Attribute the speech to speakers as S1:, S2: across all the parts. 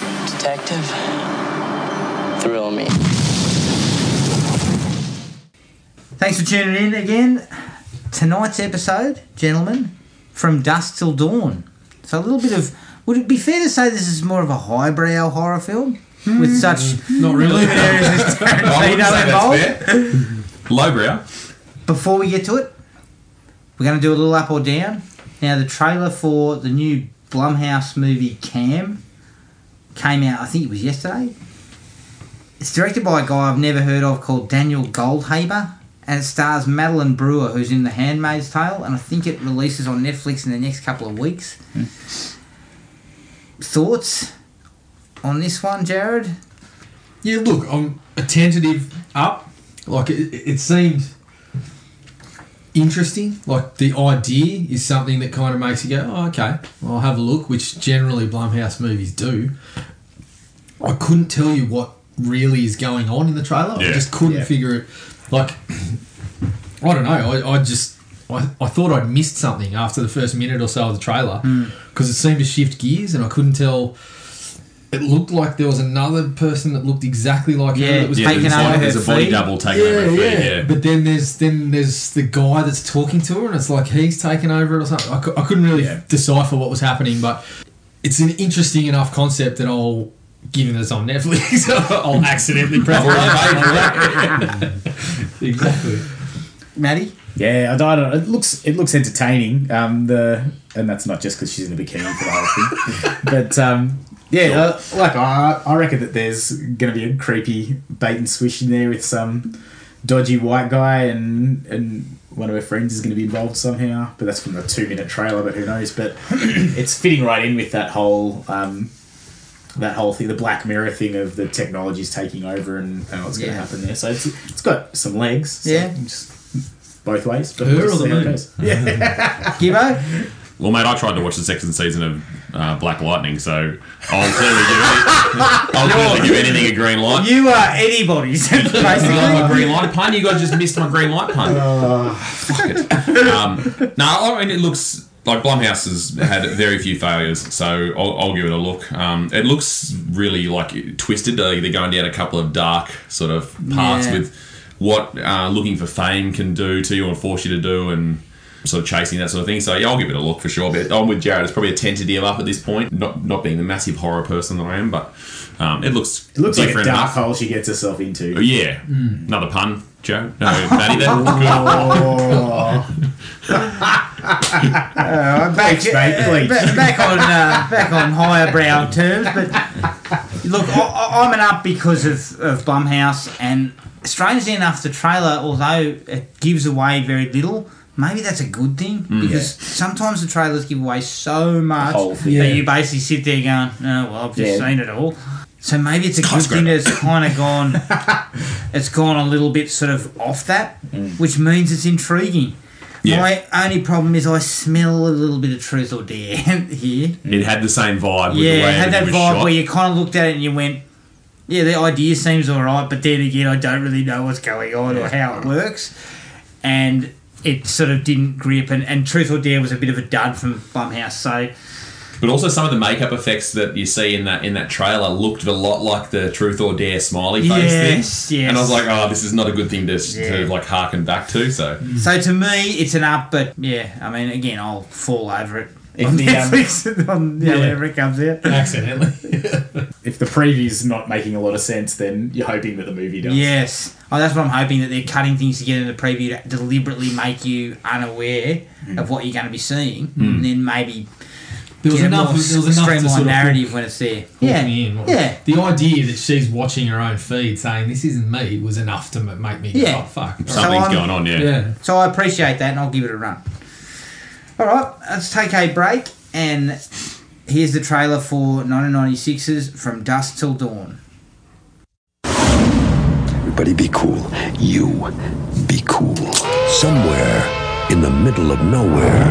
S1: detective. Thrill me.
S2: Thanks for tuning in again. Tonight's episode, gentlemen, from dusk till dawn. So a little bit of. Would it be fair to say this is more of a highbrow horror film with such
S3: Not really.
S2: luminaries as
S4: Hmm. I wouldn't
S2: Tarantino
S4: say
S2: involved?
S4: that's fair. Lowbrow.
S2: Before we get to it, we're going to do a little up or down. Now the trailer for the new Blumhouse movie Cam came out. I think it was yesterday. It's directed by a guy I've never heard of called Daniel Goldhaber, and it stars Madeline Brewer, who's in The Handmaid's Tale, and I think it releases on Netflix in the next couple of weeks.
S5: Hmm.
S2: Thoughts on this one, Jared?
S3: Yeah, look, I'm a tentative up. Like it, it seemed interesting. Like the idea is something that kind of makes you go, "Oh, okay, well, I'll have a look," which generally Blumhouse movies do. I couldn't tell you what really is going on in the trailer. I
S4: Yeah.
S3: just couldn't
S5: Yeah.
S3: figure it. Like, I don't know. I, I just I, I thought I'd missed something after the first minute or so of the trailer because it seemed to shift gears, and I couldn't tell. It looked like there was another person that looked exactly like
S2: Yeah.
S3: her that was
S2: Yeah, Taking
S4: there's
S2: over
S4: like-
S2: her
S4: there's a body
S2: feet.
S4: double taking
S3: yeah,
S4: over her
S3: yeah.
S4: feet, yeah.
S3: But then there's then there's the guy that's talking to her, and it's like he's taking over it or something. I, cou- I couldn't really
S5: Yeah.
S3: decipher what was happening, but it's an interesting enough concept that I'll, given that it's on Netflix, I'll accidentally press it. exactly.
S2: Maddie?
S5: Yeah, I don't know. It looks it looks entertaining. Um, the and that's not just because she's in a bikini for the whole thing, but um, yeah, uh, like I, I reckon that there's gonna be a creepy bait and swish in there with some dodgy white guy and and one of her friends is gonna be involved somehow. But that's from the two minute trailer, but who knows? But it's fitting right in with that whole um, that whole thing, the Black Mirror thing of the technologies taking over and, and what's
S2: Yeah.
S5: gonna happen there. So it's it's got some legs. so
S2: Yeah.
S5: just- both ways. But
S3: Her
S5: we'll
S3: or
S5: just
S3: the
S5: see how it
S3: moon?
S5: goes. Yeah.
S2: Gibbo?
S4: Well, mate, I tried to watch the second season of uh, Black Lightning, so I'll clearly give any, I'll clearly give anything a green light.
S2: You are anybody's, basically.
S4: my green light pun. You guys just missed my green light pun.
S5: Uh,
S4: Fuck it. Um, no, I mean it looks like Blumhouse has had very few failures, so I'll, I'll give it a look. Um, it looks really like twisted. Uh, they're going down a couple of dark sort of paths
S2: Yeah.
S4: with what uh, looking for fame can do to you and force you to do, and sort of chasing that sort of thing. So yeah, I'll give it a look for sure. But I'm with Jared. It's probably a tentative up at this point. Not not being the massive horror person that I am, but um, it looks
S5: It looks like a
S4: different
S5: dark
S4: enough.
S5: hole she gets herself into.
S4: Oh, yeah. Another pun, Joe. No, Matty, that
S5: Oh,
S2: back,
S5: Thanks, mate,
S2: uh,
S5: please.
S2: ba- back on uh, back on higher brow terms, but look, I- I, I'm an up because of of Blumhouse, and strangely enough, the trailer, although it gives away very little. Maybe that's a good thing because sometimes the trailers give away so much
S5: Mm. whole
S2: that
S5: thing.
S3: Yeah.
S2: you basically sit there going, "Oh well, I've just
S5: Yeah.
S2: seen it all." So maybe it's a good thing
S4: Skyscraper.
S2: that it's kind of gone. it's gone a little bit sort of off that, which means it's intriguing.
S4: Yeah.
S2: My only problem is I smell a little bit of truth or dare here.
S4: it had the same vibe. With
S2: yeah,
S4: the way
S2: it had that
S4: everything
S2: vibe
S4: was shot.
S2: where you kind of looked at it and you went, "Yeah, the idea seems all right, but then again, I don't really know what's going on or how it works," and it sort of didn't grip. And, and truth or dare was a bit of a dud from Blumhouse, so
S4: But also some of the makeup effects that you see in that in that trailer looked a lot like the Truth or Dare smiley face
S2: Yes,
S4: thing.
S2: yes.
S4: And I was like, oh, this is not a good thing to, to
S2: Yeah. Mm.
S4: like harken back to. So
S2: so to me, it's an up. But yeah, I mean, again, I'll fall over it.
S5: If
S2: on
S5: the, um,
S2: Netflix, on, yeah,
S3: Yeah.
S2: whenever it comes out.
S3: Accidentally.
S5: if the preview's not making a lot of sense, then you're hoping that the movie does.
S2: Yes. Oh, that's what I'm hoping that they're cutting things together in the preview to deliberately make you unaware of what you're going to be seeing, and then maybe
S3: Mm. There was
S2: get
S3: enough.
S2: a more
S3: There was enough to
S2: streamlined
S3: sort of
S2: narrative when it's there.
S3: pull
S2: Yeah,
S3: me in.
S2: yeah.
S3: The idea that she's watching her own feed, saying this isn't me, was enough to m- make me go,
S2: Yeah.
S3: "Oh fuck."
S2: So
S4: something's
S2: I'm-
S4: going on. Yeah.
S3: yeah.
S2: So I appreciate that, and I'll give it a run. All right, let's take a break, and here's the trailer for 1996's From Dusk Till Dawn.
S6: Everybody be cool. You be cool. Somewhere in the middle of nowhere,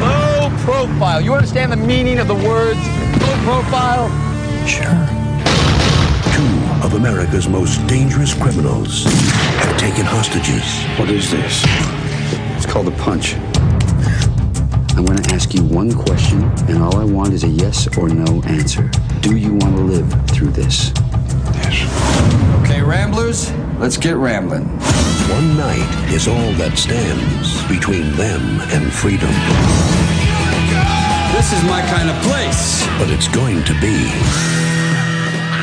S7: Low profile. You understand the meaning of the words low profile?
S6: two of America's most dangerous criminals have taken hostages. What is this? It's called a punch. I'm going to ask you one question, and all I want is a yes or no answer. Do you want to live through this?
S7: Okay, Ramblers, let's get rambling.
S6: One night is all that stands between them and freedom,
S7: This is my kind of place.
S6: but it's going to be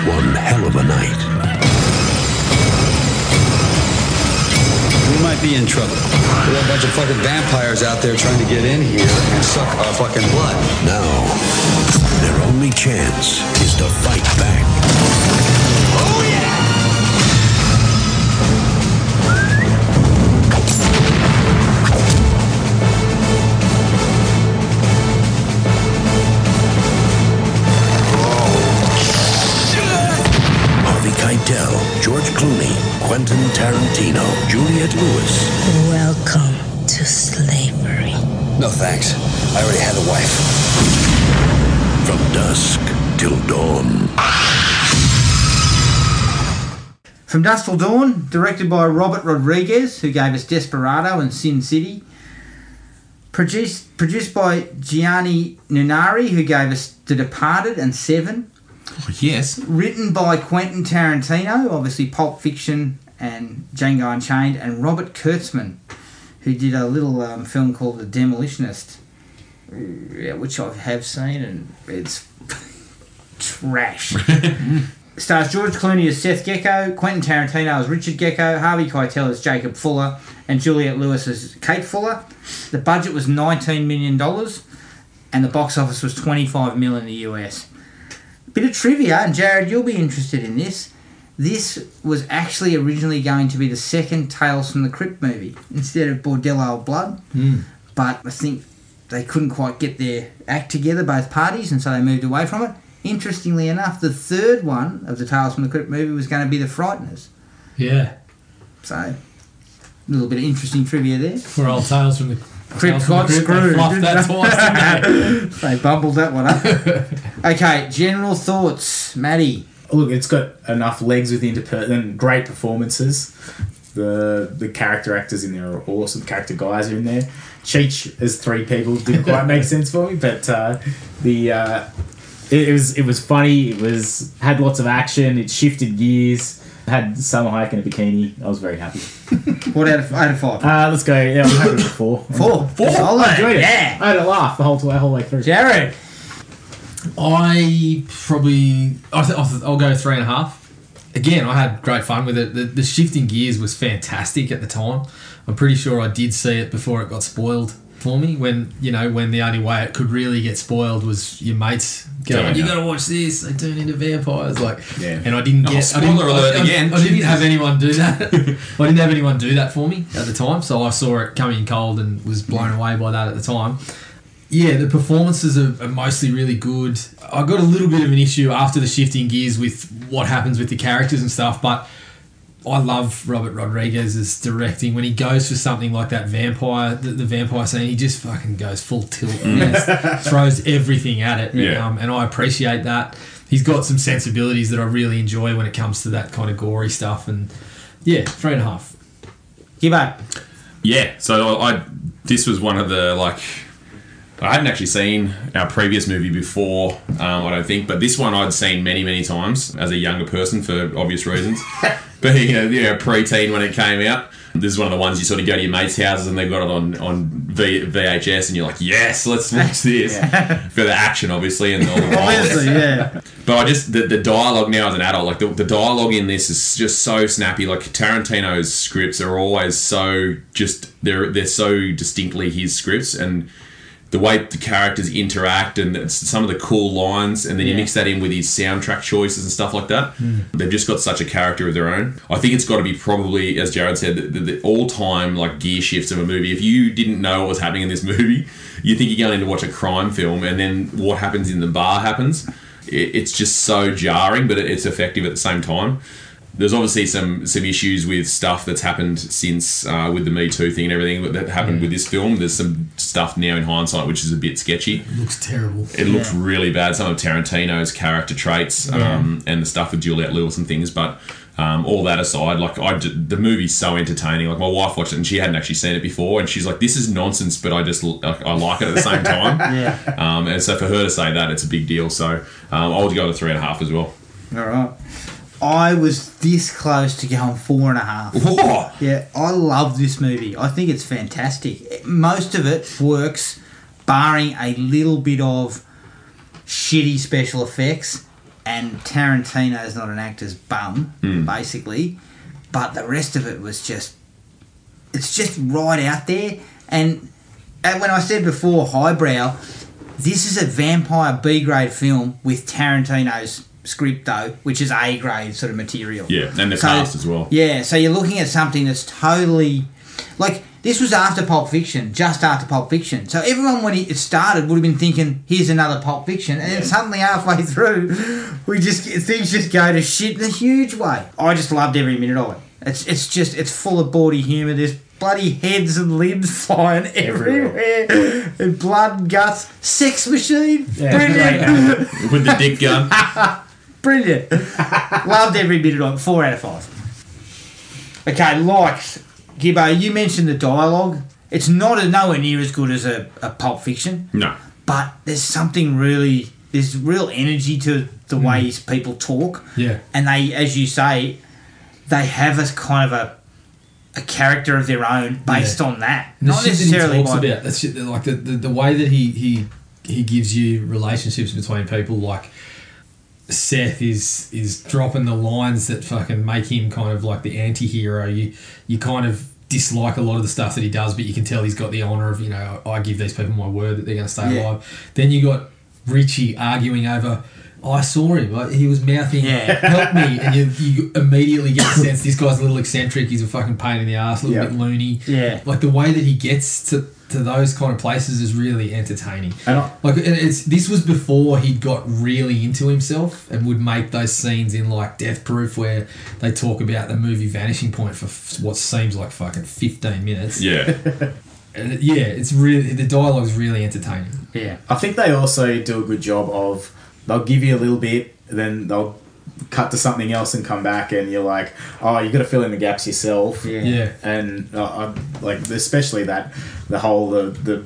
S6: one hell of a night.
S7: We might be in trouble. There are a bunch of fucking vampires out there trying to get in here and suck our fucking blood.
S6: Now, their only chance is to fight back. Harvey Keitel, George Clooney, Quentin Tarantino, Juliette Lewis.
S8: Welcome to slavery.
S7: No thanks. I already had a wife.
S6: From dusk till dawn.
S2: From Dusk Till Dawn, directed by Robert Rodriguez, who gave us Desperado and Sin City. Produced, produced by Gianni Nunari, who gave us The Departed and Seven.
S3: Yes.
S2: Written by Quentin Tarantino, obviously Pulp Fiction and Django Unchained, and Robert Kurtzman, who did a little um, film called The Demolitionist, yeah, which I have seen, and it's trash. Stars George Clooney as Seth Gecko, Quentin Tarantino as Richard Gecko, Harvey Keitel as Jacob Fuller, and Juliette Lewis as Kate Fuller. The budget was $19 million, and the box office was $25 million in the US. Bit of trivia, and Jared, you'll be interested in this. This was actually originally going to be the second Tales from the Crypt movie instead of Bordello of Blood, but I think they couldn't quite get their act together, both parties, and so they moved away from it. Interestingly enough, the third one of the Tales from the Crypt movie was going to be The Frighteners.
S3: Yeah.
S2: So, a little bit of interesting trivia there.
S3: For old tales from the
S2: Crypt
S3: Tales from the
S2: got screwed.
S3: They fluffed that twice, didn't they?
S2: They bumbled that one up. okay, general thoughts, Maddie.
S5: look, it's got enough legs within to per- and great performances. The the character actors in there are awesome. Character guys are in there. Cheech as three people didn't quite make sense for me, but uh, the uh, it, it was it was funny. It was had lots of action. It shifted gears. Had Summer Hike in a bikini. I was very happy.
S2: What out of, out of five?
S5: Uh, let's go. Yeah, I'm happy with four.
S2: Four. Four.
S5: I enjoyed it.
S2: Yeah.
S5: I had a laugh the whole the whole way through.
S2: Jared.
S3: I probably I th- I'll, th- I'll go three and a half. Again, I had great fun with it. The, the shifting gears was fantastic at the time. I'm pretty sure I did see it before it got spoiled for me. When you know, when the only way it could really get spoiled was your mates
S4: Yeah,
S3: going, "You
S4: yeah.
S3: gotta watch this. They turn into vampires." Like,
S5: Yeah.
S3: and I didn't
S4: Oh,
S3: get. I didn't,
S4: spoiler alert
S3: I, I-
S4: again.
S3: I didn't have anyone do that. I didn't have anyone do that for me at the time, so I saw it coming cold and was blown away by that at the time. Yeah, the performances are, are mostly really good. I got a little bit of an issue after the shifting gears with what happens with the characters and stuff, but I love Robert Rodriguez's directing. When he goes for something like that vampire, the, the vampire scene, he just fucking goes full tilt and just throws everything at it.
S4: Mm. Yeah.
S3: Um, and I appreciate that. He's got some sensibilities that I really enjoy when it comes to that kind of gory stuff. And yeah, three and a half.
S2: Gibbo.
S4: Yeah, so I, I this was one of the like I hadn't actually seen our previous movie before, um, I don't think, but this one I'd seen many many times as a younger person for obvious reasons. Being a you know, preteen when it came out, this is one of the ones you sort of go to your mates' houses and they've got it on on v, VHS and you're like, yes, let's watch this for the action, obviously, and all the violence.
S2: Obviously, yeah.
S4: But I just the, the dialogue now as an adult, like the, the dialogue in this is just so snappy. Like Tarantino's scripts are always so just they're they're so distinctly his scripts and the way the characters interact and it's some of the cool lines and then you mix that in with his soundtrack choices and stuff like that they've just got such a character of their own i think it's got to be probably as jared said the, the, the all-time like gear shifts of a movie if you didn't know what was happening in this movie you think you're going in to watch a crime film and then what happens in the bar happens it, it's just so jarring but it, it's effective at the same time there's obviously some some issues with stuff that's happened since uh, with the Me Too thing and everything that happened with this film. There's some stuff now in hindsight which is a bit sketchy.
S3: Looks terrible.
S4: It looks really bad. Some of Tarantino's character traits um, and the stuff with Juliette Lewis and things, but Um, all that aside, like I, ju- the movie's so entertaining. Like my wife watched it and she hadn't actually seen it before, and she's like, "This is nonsense," but I just l- like, I like it at the same time.
S2: Yeah.
S4: Um, and so for her to say that, it's a big deal. So um, I would go to three and a half as well.
S2: All right. I was this close to going four and a half.
S4: Whoa!
S2: Yeah, I love this movie. I think it's fantastic. It- Most of it works, barring a little bit of shitty special effects, and Tarantino's not an actor's bum, basically. But the rest of it was just. It's just right out there. And, and when I said before, highbrow, this is a vampire B grade film with Tarantino's script, though, which is A grade sort of material.
S4: Yeah, and the
S2: So-
S4: cast as well.
S2: yeah, so you're looking at something that's totally like this was after Pulp Fiction, just after Pulp Fiction. So everyone when it started would have been thinking, "Here's another Pulp Fiction," and then suddenly halfway through, we just things just go to shit in a huge way. I just loved every minute of it. It's it's just it's full of bawdy humour. There's bloody heads and limbs flying everywhere, and blood and guts. Sex machine, brilliant.
S4: With the dick gun.
S2: Brilliant. Loved every bit of it. Four out of five. Okay, likes. Gibbo, you mentioned the dialogue. It's not nowhere near as good as a, a Pulp Fiction,
S4: no.
S2: but there's something really, there's real energy to the ways people talk.
S3: Hmm. Yeah.
S2: And they, as you say, they have a kind of a a character of their own based
S3: Yeah.
S2: on that.
S3: And the
S2: not
S3: shit that he
S2: necessarily
S3: talks
S2: by-
S3: about that shit, that, like the, the, the way that he he he gives you relationships between people, like Seth is is dropping the lines that fucking make him kind of like the anti-hero. You you kind of dislike a lot of the stuff that he does, but you can tell he's got the honor of you know I give these people my word that they're going to stay
S2: Yeah.
S3: alive. Then you got Richie arguing over. I saw him. like, He was mouthing,
S2: Yeah.
S3: "Help me!" And you, you immediately get the sense this guy's a little eccentric. He's a fucking pain in the ass, a little
S5: Yeah.
S3: bit loony
S2: Yeah.
S3: like the way that he gets to, to those kind of places is really entertaining.
S5: And I-
S3: like and it's this was before he got really into himself and would make those scenes in like Death Proof where they talk about the movie Vanishing Point for f- what seems like fucking fifteen minutes.
S4: Yeah.
S3: and it- yeah, it's really the dialogue's really entertaining.
S2: Yeah.
S5: I think they also do a good job of they'll give you a little bit, then they'll cut to something else and come back, and you're like, oh, you got to fill in the gaps yourself.
S2: Yeah.
S3: Yeah,
S5: And uh, I, like especially that the whole the the,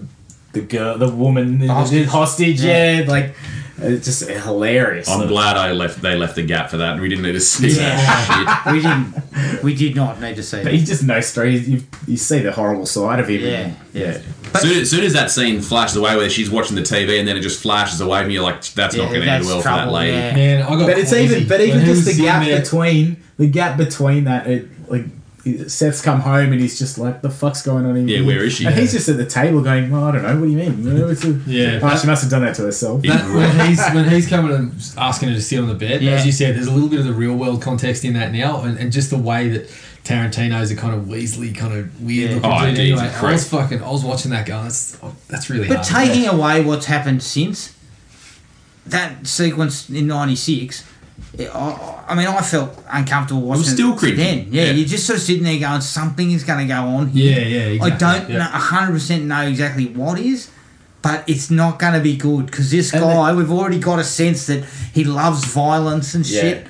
S5: the girl the woman the
S2: hostage.
S5: hostage, yeah. like it's just hilarious.
S4: I'm
S5: The-
S4: glad I left. They left the gap for that, and we didn't need to see that shit.
S2: We didn't, we did not need to see
S5: But he
S2: that.
S5: just knows story. You, you see the horrible side of him.
S2: Yeah.
S5: yeah.
S4: soon, as soon as that scene flashes away, where she's watching the TV, and then it just flashes away, and you're like, "That's
S2: Yeah,
S4: not going to end
S2: that's
S4: well for that
S2: trouble,
S4: lady."
S2: yeah.
S3: man, I got.
S5: But it's
S3: queasy
S5: even but
S3: when
S5: even
S3: he was
S5: just the
S3: in
S5: gap
S3: there.
S5: between the gap between that it like Seth's come home and he's just like the fuck's going on in
S4: Yeah,
S5: here?"
S4: where is she?
S5: And he's just at the table going, well, I don't know. What do you mean? Well, it's a-
S3: Yeah.
S5: Oh, she must have done that to herself.
S3: That, when he's when he's coming and asking her to sit on the bed,
S2: Yeah.
S3: as you said, there's a little bit of the real world context in that now, and, and just the way that Tarantino's a kind of Weasley, kind of weird
S2: Yeah.
S3: looking
S4: Oh,
S3: dude.
S4: dude, he's
S3: Anyway, I
S4: great.
S3: was fucking, I was watching that guy. That's oh, that's really
S2: But
S3: hard.
S2: taking away what's happened since that sequence in '96, I, I- I mean, I felt uncomfortable watching.
S4: still creepy.
S2: Then, yeah,
S4: Yeah.
S2: you're just sort of sitting there going, something is going to go on here.
S3: yeah, yeah, exactly.
S2: I don't
S3: yeah.
S2: know, hundred percent know exactly what is, but it's not going to be good because this guy, we've already got a sense that he loves violence and shit.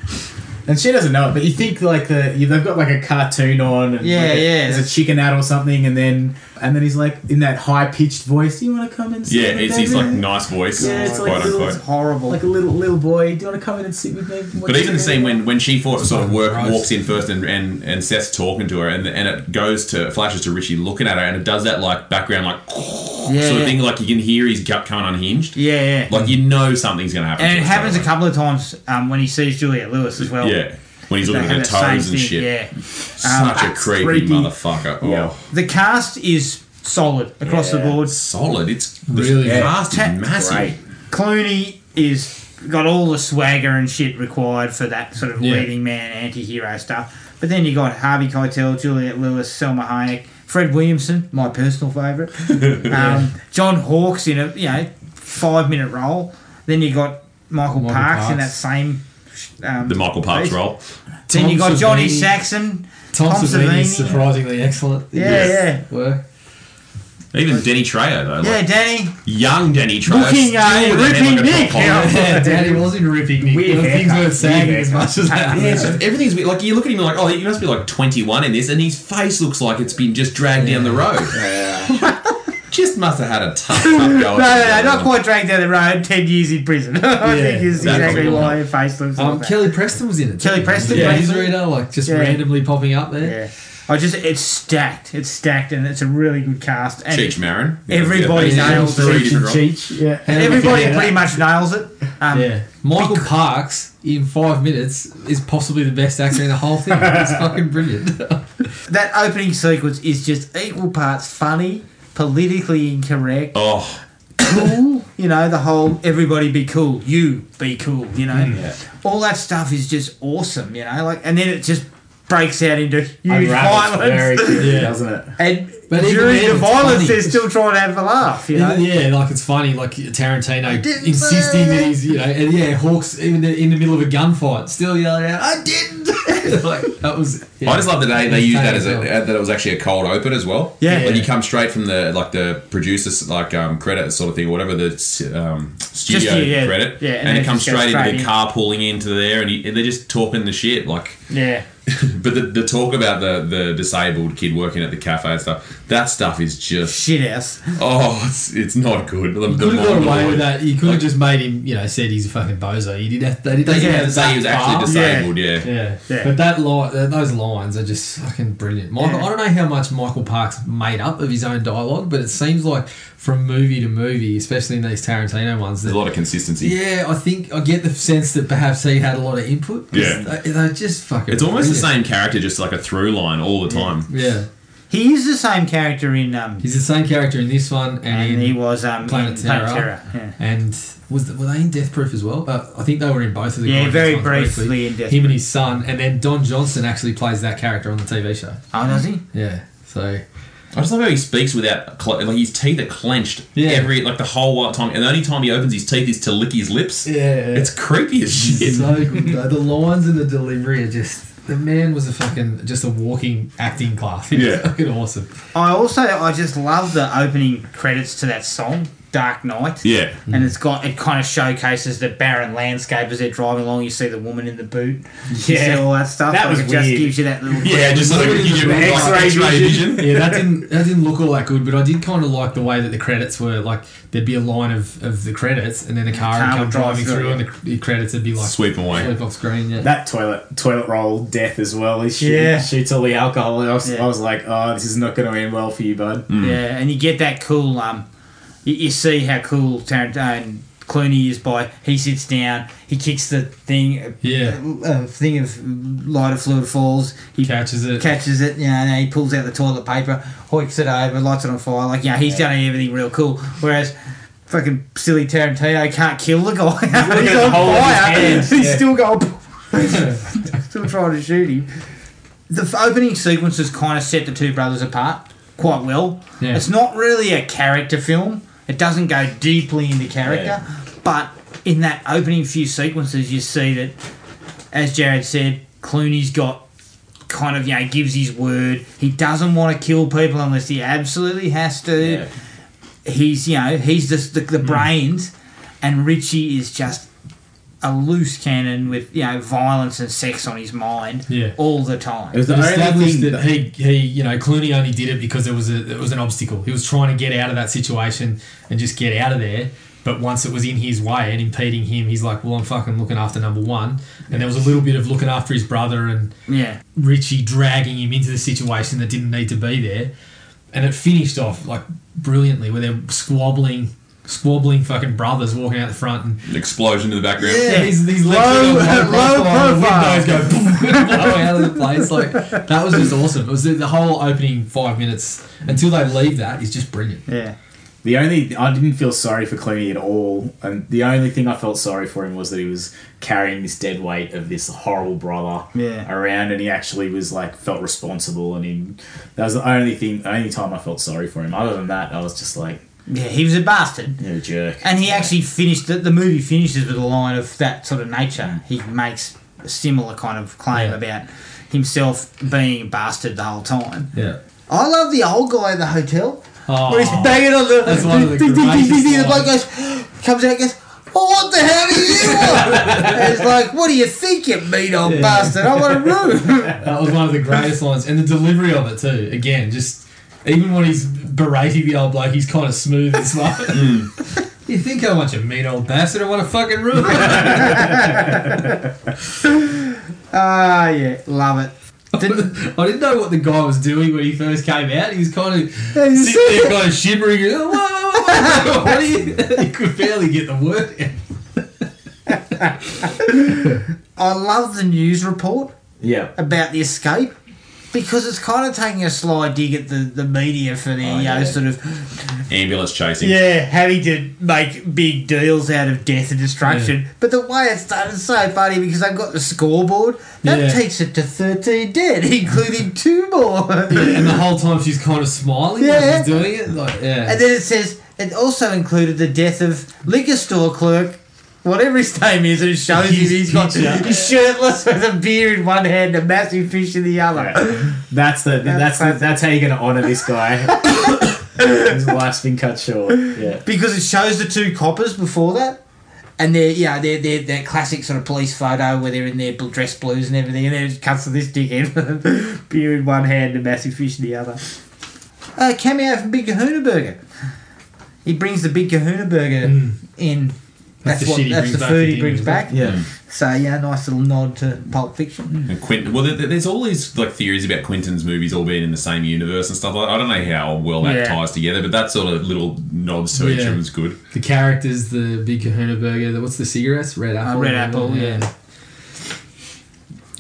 S5: And she doesn't know it, but you think like the you, they've got like a cartoon on, and
S2: Yeah,
S5: like a,
S2: yeah.
S5: there's a chicken out or something, and then and then he's like in that high pitched voice, "Do you want to come and
S4: Yeah,
S5: sit with
S4: it's his
S5: me,
S4: like
S5: baby?"
S4: nice voice,
S5: Yeah, it's
S4: quote
S5: like little-
S4: unquote.
S2: It's horrible.
S5: like a little little boy. Do you want to come in and sit with me? Watch
S4: But even the
S5: TV?"
S4: scene when, when she for, sort of work,
S3: Christ.
S4: walks in first and, and, and Seth's talking to her and and it goes to flashes to Richie looking at her and it does that like background like
S2: yeah,
S4: sort
S2: yeah.
S4: of thing like you can hear his gut coming unhinged.
S2: yeah, yeah.
S4: Like you know something's gonna happen.
S2: and
S4: to
S2: it
S4: us
S2: happens a
S4: straight away.
S2: couple of times um, when he sees Juliet Lewis as well.
S4: Yeah, when he's
S2: They
S4: looking
S2: have
S4: at her
S2: that same
S4: toes and
S2: thing,
S4: shit.
S2: Yeah.
S4: Such a creepy
S5: creepy.
S4: motherfucker. Oh,
S5: Yeah.
S2: The cast is solid across the
S5: Yeah.
S2: board.
S4: solid. It's the
S3: Really? Yeah.
S4: cast is
S2: Ta-
S4: massive.
S5: Great.
S2: Clooney is got all the swagger and shit required for that sort of
S3: Yeah.
S2: leading man anti-hero stuff. But then you got Harvey Keitel, Juliet Lewis, Selma Hayek, Fred Williamson, my personal favourite, um, John Hawkes in a you know five minute role. Then you got Michael,
S3: Michael
S2: Parks, in that
S3: Parks.
S2: same. Um,
S4: The Michael Parks
S2: piece.
S4: role.
S2: Then you
S3: Tom
S2: got Johnny
S3: Savini.
S2: Saxon.
S3: Tom,
S2: Tom
S3: Savini
S2: Savini.
S3: is surprisingly excellent.
S2: Yeah,
S3: Yes.
S2: yeah.
S3: work.
S4: Even Denny Trejo though.
S2: Yeah,
S4: Like,
S2: Danny.
S4: young Denny Trejo.
S2: Looking, uh,
S4: still with a head
S2: ripping
S4: like a
S2: Nick.
S4: top collar.
S2: Yeah.
S3: glad Daddy wasn't ripping me.
S5: Weird
S3: Those things
S5: haircut.
S3: weren't sagging
S5: Weird
S3: as much as
S5: haircut.
S3: that.
S4: Yeah, it's just- everything's weird. Like you look at him like, oh, he must be like 21 in this, and his face looks like it's been just dragged down the road. just must have had a tough, tough go.
S2: No, no, no, not quite dragged down the road. Ten years in prison. I
S5: Yeah,
S2: think is
S4: that's
S2: exactly
S4: probably
S2: why her face looms
S3: Um,
S2: like that.
S3: Kelly Preston was in it.
S2: Kelly Preston,
S3: yeah,
S2: basically.
S3: his reader like just
S2: Yeah.
S3: randomly popping up there.
S2: Yeah, I just it's stacked. It's stacked, and it's a really good cast. And
S4: Cheech Marin.
S2: Everybody
S4: Yeah,
S2: nails
S4: three
S2: it.
S4: different roles.
S5: Cheech, yeah.
S2: everybody
S5: Yeah.
S2: pretty much nails it. Um,
S3: Yeah. Michael Parks in five minutes is possibly the best actor in the whole thing. It's fucking brilliant.
S2: That opening sequence is just equal parts funny, politically incorrect,
S4: Oh,
S2: cool. You know the whole everybody be cool, you be cool. You know,
S5: Mm.
S2: all that stuff is just awesome. You know, like and then it just breaks out into huge
S5: Unravels very
S2: violence.
S5: quickly,
S3: Yeah.
S5: doesn't it?
S2: And
S3: But even
S2: during
S3: then,
S2: the
S3: it's
S2: violence,
S3: funny.
S2: they're still trying to have a laugh. You know,
S3: Even- yeah, like it's funny, like Tarantino
S2: didn't say
S3: insisting that he's, you know, and yeah, Hawks even in the middle of a gunfight still yelling out, "I didn't!" like that was. yeah.
S4: I just love that they, they
S3: It's
S4: used that
S3: funny
S4: as a, uh,
S3: well.
S4: that it was actually a cold open as well.
S2: Yeah.
S4: Like you come straight from the like the producers like um, credit sort of thing, whatever the um, studio
S2: you, yeah.
S4: credit,
S2: Yeah, and
S4: and,
S2: they
S4: it comes
S2: just go
S4: straight into
S2: straight
S4: the
S2: in.
S4: car pulling into there, and, he, and they're just talking the shit like.
S2: yeah.
S4: But the, the talk about the, the disabled kid working at the cafe and stuff, that stuff is just
S2: Shit ass.
S4: oh, it's, it's not good. The,
S3: You
S4: the
S3: could have got away
S4: monologue.
S3: with that. You could have just made him, you know, said he's a fucking bozo. You didn't have, they didn't
S4: They
S3: have
S4: didn't
S3: to
S4: have to say he was
S3: far.
S4: actually disabled. Yeah,
S3: Yeah.
S2: Yeah.
S3: but that line, those lines are just fucking brilliant. Michael,
S2: Yeah.
S3: I don't know how much Michael Parks made up of his own dialogue, but it seems like from movie to movie, especially in these Tarantino ones,
S4: there's
S3: that
S4: a lot of consistency.
S3: yeah, I think I get the sense that perhaps he had a lot of input. 'cause
S4: Yeah.
S3: they, they're just fucking.
S4: It's almost the
S3: brilliant.
S4: same character, just like a through line all the time.
S3: Yeah,
S2: He is the same character in um,
S3: he's the same character in this one, and,
S2: and
S3: in,
S2: he was um,
S3: Planet
S2: in
S3: Terror.
S2: Yeah.
S3: And was the, were they in Death Proof as well? Uh, I think they were in both of the.
S2: Yeah,
S3: Guardians
S2: very
S3: ones
S2: briefly in Death
S3: Him
S2: Proof.
S3: and his son, and then Don Johnson actually plays that character on the TV show.
S2: Oh, does he?
S3: Yeah, so
S4: I just love how he speaks without cl- like his teeth are clenched
S3: Yeah.
S4: every like the whole while time, and the only time he opens his teeth is to lick his lips.
S3: yeah,
S4: It's creepy as shit.
S3: so good though. The lines and the delivery are just. The man was a fucking just a walking acting class. He was
S4: Yeah.
S3: fucking awesome.
S2: I also I just love the opening credits to that song, Dark Knight.
S4: Yeah.
S2: And it's got it kind of showcases the barren landscape as they're driving along. You see the woman in the boot. You see
S5: Yeah.
S2: all that stuff.
S5: That
S2: like,
S5: was
S2: it just
S5: weird.
S2: gives you that little.
S4: Yeah, just like,
S3: Nobody
S4: you
S3: does
S4: do, like
S5: X-ray
S4: X-ray, vision.
S3: Yeah, that didn't that didn't look all that good, but I did kind of like the way that the credits were. Like there'd be a line of, of the credits, and then a car,
S2: Car
S3: would come
S2: would drive
S3: driving
S2: through,
S3: through,
S2: yeah.
S3: and the, the credits would be like
S4: Sweep away.
S3: sweep off screen. Yeah,
S5: That toilet toilet roll death as well. He shoot,
S2: Yeah.
S5: shoots all the alcohol. I was,
S2: Yeah.
S5: I was like, oh, this is not going to end well for you, bud.
S2: Yeah, and you get that cool. Um, you, you see how cool Tarantino Clooney is by he sits down, he kicks the thing.
S3: Yeah.
S2: a thing of lighter fluid falls. He
S3: catches it.
S2: catches it, you know, and he pulls out the toilet paper, hoiks it over, lights it on fire. Like, yeah, he's done everything real cool. Whereas fucking silly Tarantino can't kill the guy. he's on
S5: hole in his
S2: fire.
S5: hand,
S2: He's
S5: yeah.
S2: still going. still trying to shoot him. The f- opening sequences kind of set the two brothers apart quite well.
S3: Yeah.
S2: It's not really a character film. It doesn't go deeply into character, but in that opening few sequences, you see that as Jared said, Clooney's got kind of, you know, gives his word. He doesn't want to kill people unless he absolutely has to. He's, you know, he's just the, the
S3: Hmm.
S2: brains, and Richie is just a loose cannon with, you know, violence and sex on his mind
S3: Yeah.
S2: all the time.
S5: It was the
S3: It
S5: only
S3: established
S5: thing
S3: that he, he, you know, Clooney only did it because there was a it was an obstacle. He was trying to get out of that situation and just get out of there. But once it was in his way and impeding him, he's like, "Well, I'm fucking looking after number one." And there was a little bit of looking after his brother and
S2: yeah.
S3: Richie dragging him into the situation that didn't need to be there. And it finished off like brilliantly where they're squabbling, squabbling fucking brothers walking out the front and
S4: Explosion in the background.
S3: these, these low,
S2: Low- low profile.
S3: Windows go boom, blowing out of the place. Like that was just awesome. It was the, the whole opening five minutes until they leave. That is just brilliant.
S2: Yeah.
S5: The only I didn't feel sorry for Clooney at all, and the only thing I felt sorry for him was that he was carrying this dead weight of this horrible brother
S2: Yeah.
S5: around, and he actually was like felt responsible, and he that was the only thing, only time I felt sorry for him. Other than that, I was just like,
S2: Yeah, he was a bastard.
S5: you know, jerk.
S2: And he actually finished the, the movie finishes with a line of that sort of nature. He makes a similar kind of claim
S3: Yeah.
S2: about himself being a bastard the whole time.
S3: Yeah.
S2: I love the old guy in the hotel
S3: Oh,
S2: where he's banging on the.
S3: That's one of the
S2: ding, ding, ding, ding, ding,
S3: greatest
S2: the bloke
S3: lines.
S2: goes, comes out, and goes, Well, what the hell do you want? And it's like, what do you think, you mean old bastard? I want a room.
S3: That was one of the greatest lines, and the delivery of it too. Again, just even when he's berating the old bloke, he's kind of smooth and smart. You think I want you mean old bastard? I want a fucking room.
S2: Ah, yeah, love it. Didn't,
S3: I didn't know what the guy was doing when he first came out. He was kind of
S2: you
S3: sitting there, kind of shivering. "Oh, whoa, whoa, whoa, whoa, what are you? he could barely get the word. out.
S2: I love the news report
S5: Yeah.
S2: about the escape because it's kind of taking a sly dig at the, the media for
S3: Oh,
S2: their, you know, sort of,
S4: Ambulance chasing.
S2: yeah, having to make big deals out of death and destruction. But the way it's done is so funny because they've got the scoreboard. That
S3: Yeah.
S2: takes it to 13 dead, including two more.
S3: And the whole time she's kind of smiling
S2: Yeah.
S3: while she's doing it. Like, yeah.
S2: And then it says it also included the death of liquor store clerk, whatever his name is, and it shows him
S3: His
S2: he's got
S3: picture.
S2: he's shirtless with a beer in one hand, and a massive fish in the other.
S5: That's the that's the, that's how you're going to honor this guy. His life's been cut short. Yeah.
S2: Because it shows the two coppers before that. And they're, yeah, they're, they're, that classic sort of police photo where they're in their bl- dress blues and everything, and then it cuts to this dickhead with a beer in one hand and a massive fish in the other. Uh, cameo from Big Kahuna Burger. He brings the Big Kahuna Burger in. That's,
S3: Hmm. That's the
S2: what,
S3: shit he
S2: that's the
S3: brings back
S2: food
S3: at
S2: he
S3: the
S2: brings
S3: end, isn't
S2: back.
S5: Yeah.
S2: So yeah, nice little nod to Pulp Fiction.
S4: And Quentin, well, there, there's all these like theories about Quentin's movies all being in the same universe and stuff. Like, I don't know how well that
S2: Yeah.
S4: ties together, but that sort of little nods to each
S3: Yeah.
S4: of them is good.
S3: the characters, the big kahuna burger, the, what's the cigarettes? Red apple.
S2: Uh, Red
S3: whatever,
S2: Apple, yeah.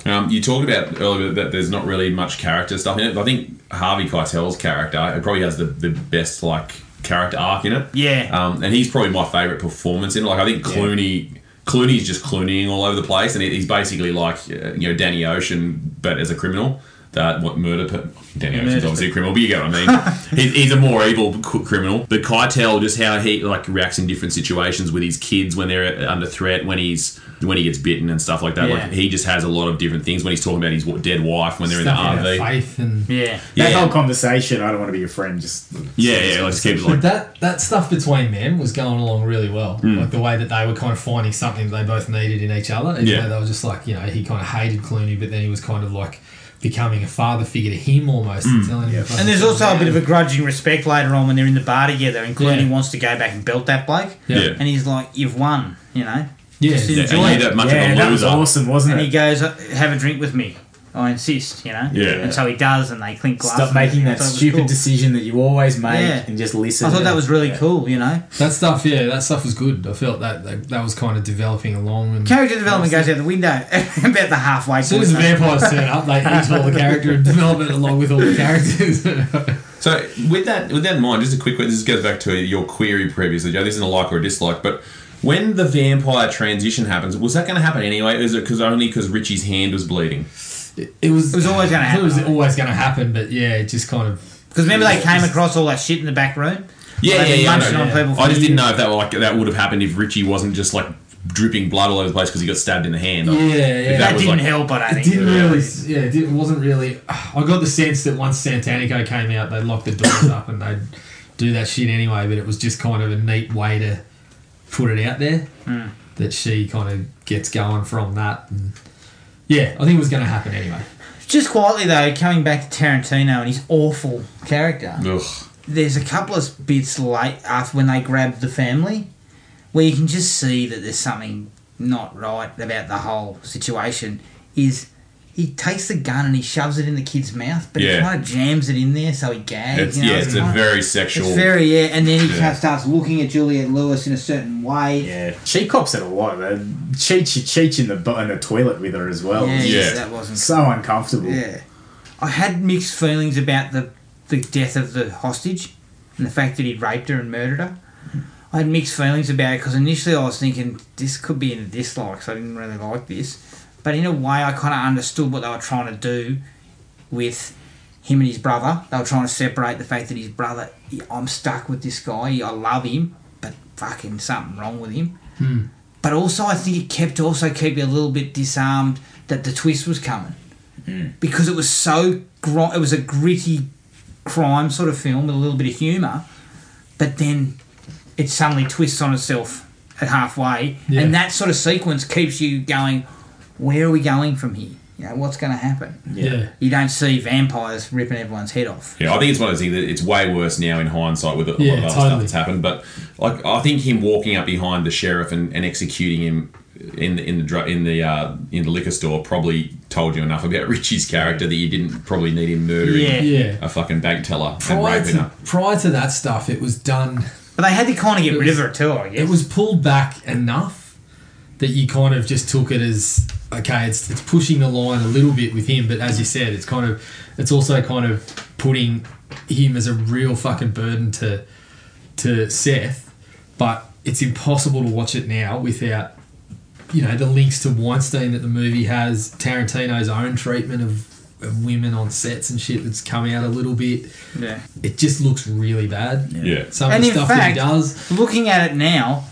S4: Um, you talked about earlier that there's not really much character stuff in it. I think Harvey Keitel's character it probably has the, the best like character arc in it.
S2: Yeah.
S4: Um, and he's probably my favourite performance in it. Like I think Clooney. Clooney's just Clooneying all over the place, and he- he's basically like uh, you know Danny Ocean, but as a criminal. That what murder? Per- Danny Ocean's obviously a criminal, but you get what I mean. he's, he's a more evil c- criminal. But Keitel, just how he like reacts in different situations with his kids when they're uh, under threat, when he's when he gets bitten and stuff like that. Like
S2: Yeah.
S4: he just has a lot of different things when he's talking about his wa- dead wife when they're
S3: Stuff
S4: in the RV.
S3: about faith and
S2: Yeah.
S5: That
S4: Yeah.
S5: whole conversation, I don't want to be your friend. Just
S4: Yeah, yeah, let's keep it like
S3: that that stuff between them was going along really well.
S4: Mm.
S3: Like the way that they were kind of finding something they both needed in each other. Even
S4: Yeah.
S3: though they were just like, you know, he kind of hated Clooney, but then he was kind of like becoming a father figure to him almost.
S4: Mm.
S3: And, telling him
S2: And there's also a bit of a grudging respect later on when they're in the bar together, and Clooney
S3: Yeah.
S2: wants to go back and belt that bloke.
S3: Yeah.
S4: Yeah.
S2: And he's like, "You've won," you know.
S3: yeah,
S2: just
S4: Yeah,
S2: enjoy
S4: and
S2: it.
S4: you that much
S5: yeah,
S4: of a
S5: that was
S4: loser.
S5: awesome, wasn't
S2: And he
S5: it?
S2: goes, "Have a drink with me." I insist, you know.
S4: Yeah.
S2: And so he does, and they clink glasses.
S5: Stop making
S2: and
S5: that
S2: I thought it was
S5: stupid
S2: cool.
S5: decision that you always make
S2: Yeah.
S5: and just listen.
S2: I thought that was really
S5: Yeah.
S2: cool, you know.
S3: that stuff. Yeah, that stuff was good. I felt that that, that was kind of developing along. And
S2: Character development goes out the window about the halfway.
S3: as soon as the
S2: point.
S3: vampires turn up, they eat all the character development along with all the characters.
S4: So with that with that in mind, just a quick this goes back to your query previously, Joe. This isn't a like or a dislike, but when the vampire transition happens, was that going to happen anyway? Or is it because only because Richie's hand was bleeding?
S3: it was.
S2: It was always gonna
S3: I thought It was
S2: happen.
S3: always going to happen, but yeah, it just kind of.
S2: Because remember they
S3: It's
S2: came
S3: just-
S2: across all that shit in the back room.
S4: Yeah,
S2: They've
S4: yeah,
S2: been
S4: yeah. I,
S2: munching
S4: know.
S2: on people for
S4: I just didn't
S2: years.
S4: know if that were like that would have happened if Richie wasn't just like dripping blood all over the place because he got stabbed in the hand.
S3: Yeah, yeah.
S4: If
S3: That
S2: That
S4: was
S2: didn't
S4: like-
S2: help, I don't
S3: It
S2: think.
S3: didn't really, yeah, it didn't, wasn't really. I got the sense that once Santanico came out, they locked the doors up and they'd do that shit anyway, but it was just kind of a neat way to put it out there
S2: Hmm.
S3: that she kind of gets going from that. And yeah, I think it was going to happen anyway.
S2: Just quietly though, coming back to Tarantino and his awful character.
S4: Ugh.
S2: There's a couple of bits late after when they grab the family, where you can just see that there's something not right about the whole situation. Is he takes the gun and he shoves it in the kid's mouth, but he
S4: Yeah.
S2: kind of jams it in there so he gags.
S4: It's,
S2: you know,
S4: yeah, it's a
S2: kinda-
S4: very sexual.
S2: It's very yeah, and then he
S4: Yeah.
S2: kind of starts looking at Juliet Lewis in a certain way.
S5: Yeah, she cops it a lot. Man. Cheech, Cheech in the bu- in the toilet with her as well.
S2: Yeah,
S4: Yeah.
S2: that wasn't
S5: So uncomfortable.
S2: Yeah. I had mixed feelings about the, the death of the hostage and the fact that he'd raped her and murdered her. I had mixed feelings about it because initially I was thinking this could be in a dislike, so I didn't really like this. But in a way, I kind of understood what they were trying to do with him and his brother. They were trying to separate the fact that his brother, I'm stuck with this guy, I love him, but fucking something wrong with him. But also, I think it kept also kept you a little bit disarmed that the twist was coming because it was so gr- it was a gritty crime sort of film with a little bit of humour, but then it suddenly twists on itself halfway,
S3: Yeah.
S2: and that sort of sequence keeps you going. Where are we going from here? You know, what's going to happen?
S3: Yeah.
S2: You don't see vampires ripping everyone's head off.
S4: Yeah, I think it's one of those things that it's way worse now in hindsight with a lot
S3: Yeah,
S4: of other
S3: totally.
S4: stuff that's happened. But like, I think him walking up behind the sheriff and, and executing him in the in the dr- in the uh, in the liquor store probably told you enough about Richie's character that you didn't probably need him murdering
S2: Yeah.
S3: Yeah.
S4: a fucking bank teller and
S3: Prior
S4: raping
S3: to,
S4: her.
S3: prior to that stuff, it was done.
S2: But they had to kind of get
S3: It
S2: rid
S3: was-
S2: of it too, I guess.
S3: It was pulled back enough that you kind of just took it as okay. It's it's pushing the line a little bit with him, but as you said, it's kind of it's also kind of putting him as a real fucking burden to to Seth. But it's impossible to watch it now without you know the links to Weinstein that the movie has, Tarantino's own treatment of, of women on sets and shit that's come out a little bit.
S2: yeah.
S3: It just looks really bad.
S4: Yeah.
S3: Some
S2: And
S3: of
S2: in
S3: the stuff that
S2: fact,
S3: he does.
S2: looking at it now,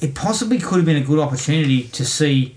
S2: it possibly could have been a good opportunity to see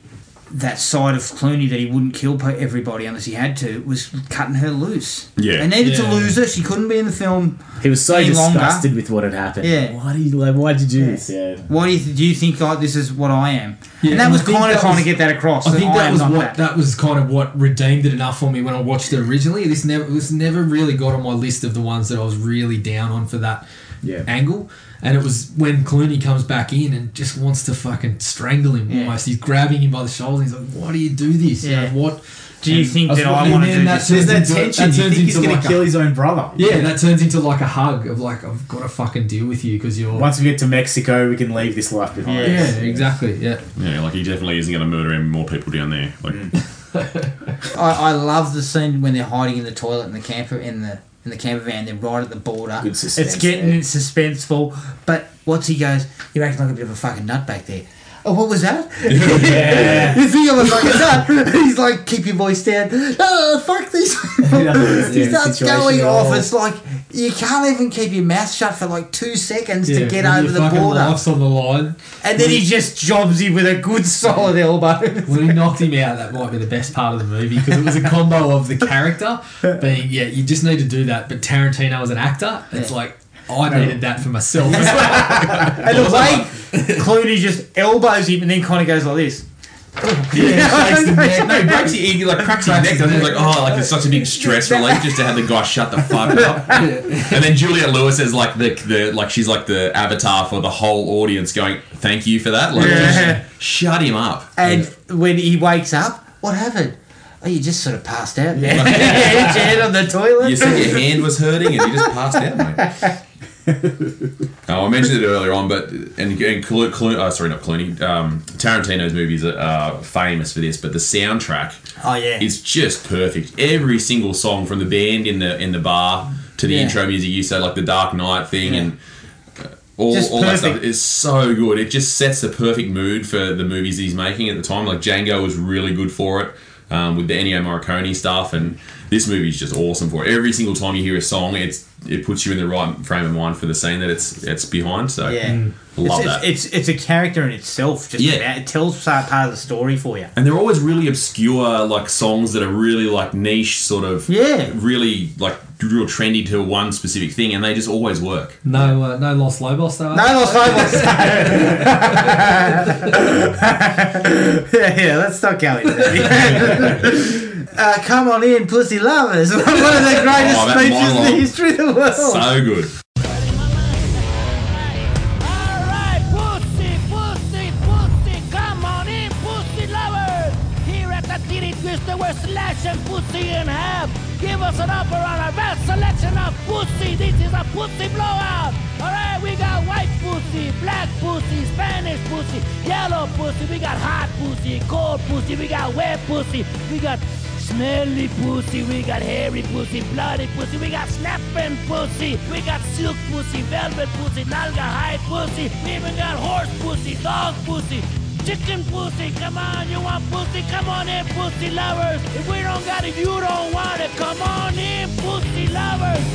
S2: that side of Clooney that he wouldn't kill pe- everybody unless he had to was cutting her loose.
S4: Yeah.
S2: they needed
S3: Yeah.
S2: to lose her. She couldn't be in the film.
S5: He was so
S2: Any longer.
S5: disgusted with what had happened.
S2: Yeah.
S5: Why do you like? Why did you do this? Yeah.
S2: Why do you, do you think like this is what I am?
S3: Yeah,
S2: and that
S3: and
S2: was
S3: I think
S2: kind of
S3: that
S2: trying to
S3: was-
S2: get that across.
S3: I think that was
S2: not
S3: what
S2: that.
S3: that. was kind of what redeemed it enough for me when I watched it originally. This never was never really got on my list of the ones that I was really down on for that
S5: Yeah.
S3: angle. And it was when Clooney comes back in and just wants to fucking strangle him
S2: Yeah.
S3: almost. He's grabbing him by the shoulders. He's like, "Why do you do this?
S2: Yeah.
S3: You know, what
S2: Do you
S3: and
S2: think
S3: was
S2: that I
S3: wondering-
S2: wanna
S3: and
S2: do
S3: that
S2: this?
S3: turns
S5: There's that
S3: into-
S5: tension.
S3: That
S5: You
S3: turns
S5: think he's
S3: into
S5: going
S3: like
S5: to
S3: a-
S5: kill his own brother.
S3: Yeah, that turns into like a hug of like I've got to fucking deal with you because you're.
S5: Once we get to Mexico, we can leave this life behind.
S2: Yeah.
S3: yeah, exactly. Yeah.
S4: Yeah, like he definitely isn't going to murder any more people down there. Like,
S2: I, I love the scene when they're hiding in the toilet in the camper in the in the camper van. They're right at the border.
S5: Good suspense
S2: It's getting
S5: there.
S2: suspenseful. But what's he goes? You're acting like a bit of a fucking nut back there. Oh, what was that? you think I'm a fucking nut? He's like, keep your voice down. Oh, fuck this.
S5: Yeah,
S2: he
S5: yeah,
S2: starts
S5: situation
S2: going
S5: at
S2: off.
S5: all.
S2: It's like you can't even keep your mouth shut for like two seconds
S3: yeah.
S2: to get
S3: when
S2: over
S3: your
S2: the
S3: fucking
S2: border,
S3: Life's on the line.
S2: and then he just jobs you with a good solid elbow.
S3: When he knocked him out, that might be the best part of the movie because it was a combo of the character being, yeah, you just need to do that. But Tarantino as an actor, it's like, I needed that for myself as well.
S2: And the way Clooney just elbows him and then kind of goes like this.
S3: shakes the neck.
S4: no, he breaks your, he like cracks his
S3: Cracks
S4: neck.
S3: his
S4: doesn't he?
S3: neck.
S4: Like, oh, like it's such a big stress relief just to have the guy shut the fuck up. And then Juliet Lewis is like the the like she's like the avatar for the whole audience, going, "Thank you for that." Like,
S2: Yeah.
S4: just shut him up.
S2: And when he wakes up, what happened? Oh, you just sort of passed out. Yeah, yeah, head on the toilet.
S4: You said your hand was hurting, and you just passed out, mate. Oh, I mentioned it earlier on, but and, and Clo- Clo- uh, sorry, not Clooney. Um, Tarantino's movies are uh, famous for this, but the soundtrack
S2: oh yeah.
S4: is just perfect. Every single song from the band in the in the bar to the
S2: Yeah.
S4: intro music you said, like the Dark Knight thing and uh, all,
S2: Just
S4: all that stuff
S2: perfect.
S4: is so good. It just sets the perfect mood for the movies he's making at the time. Like Django was really good for it. Um, with the Ennio Morricone stuff, and this movie is just awesome for it. Every single time you hear a song, it's it puts you in the right frame of mind for the scene that it's it's behind. So
S2: Yeah. Mm.
S4: love
S2: it's,
S4: that.
S2: It's, it's a character in itself. Just
S4: Yeah.
S2: about. it tells part part of the story for you.
S4: And they're always really obscure, like songs that are really like niche, sort of
S2: Yeah.
S4: really like real trendy to one specific thing, and they just always work.
S3: No, uh, no Lost Lobos, though.
S2: No,
S4: oh
S2: Los Lobos. yeah, yeah, let's stop going. uh, come on in, pussy lovers. One of the greatest
S4: Oh, that
S2: speeches in
S4: monologue.
S2: the history of the world.
S4: So good.
S9: Alright, pussy, pussy, pussy, come on in, pussy lovers! Here at the Titty Twister, we're slashing pussy in half. Give us an upper on a vast selection of pussy. This is a pussy blowout. Alright, we got white pussy, black pussy, Spanish pussy, yellow pussy. We got hot pussy, cold pussy. We got wet pussy. We got smelly pussy. We got hairy pussy, bloody pussy. We got snapping pussy. We got silk pussy, velvet pussy, nalga hide pussy. We even got horse pussy, dog pussy. Chicken pussy, come on, you want pussy? Come on in, pussy lovers. If we don't got it, you don't want it. Come on in, pussy lovers.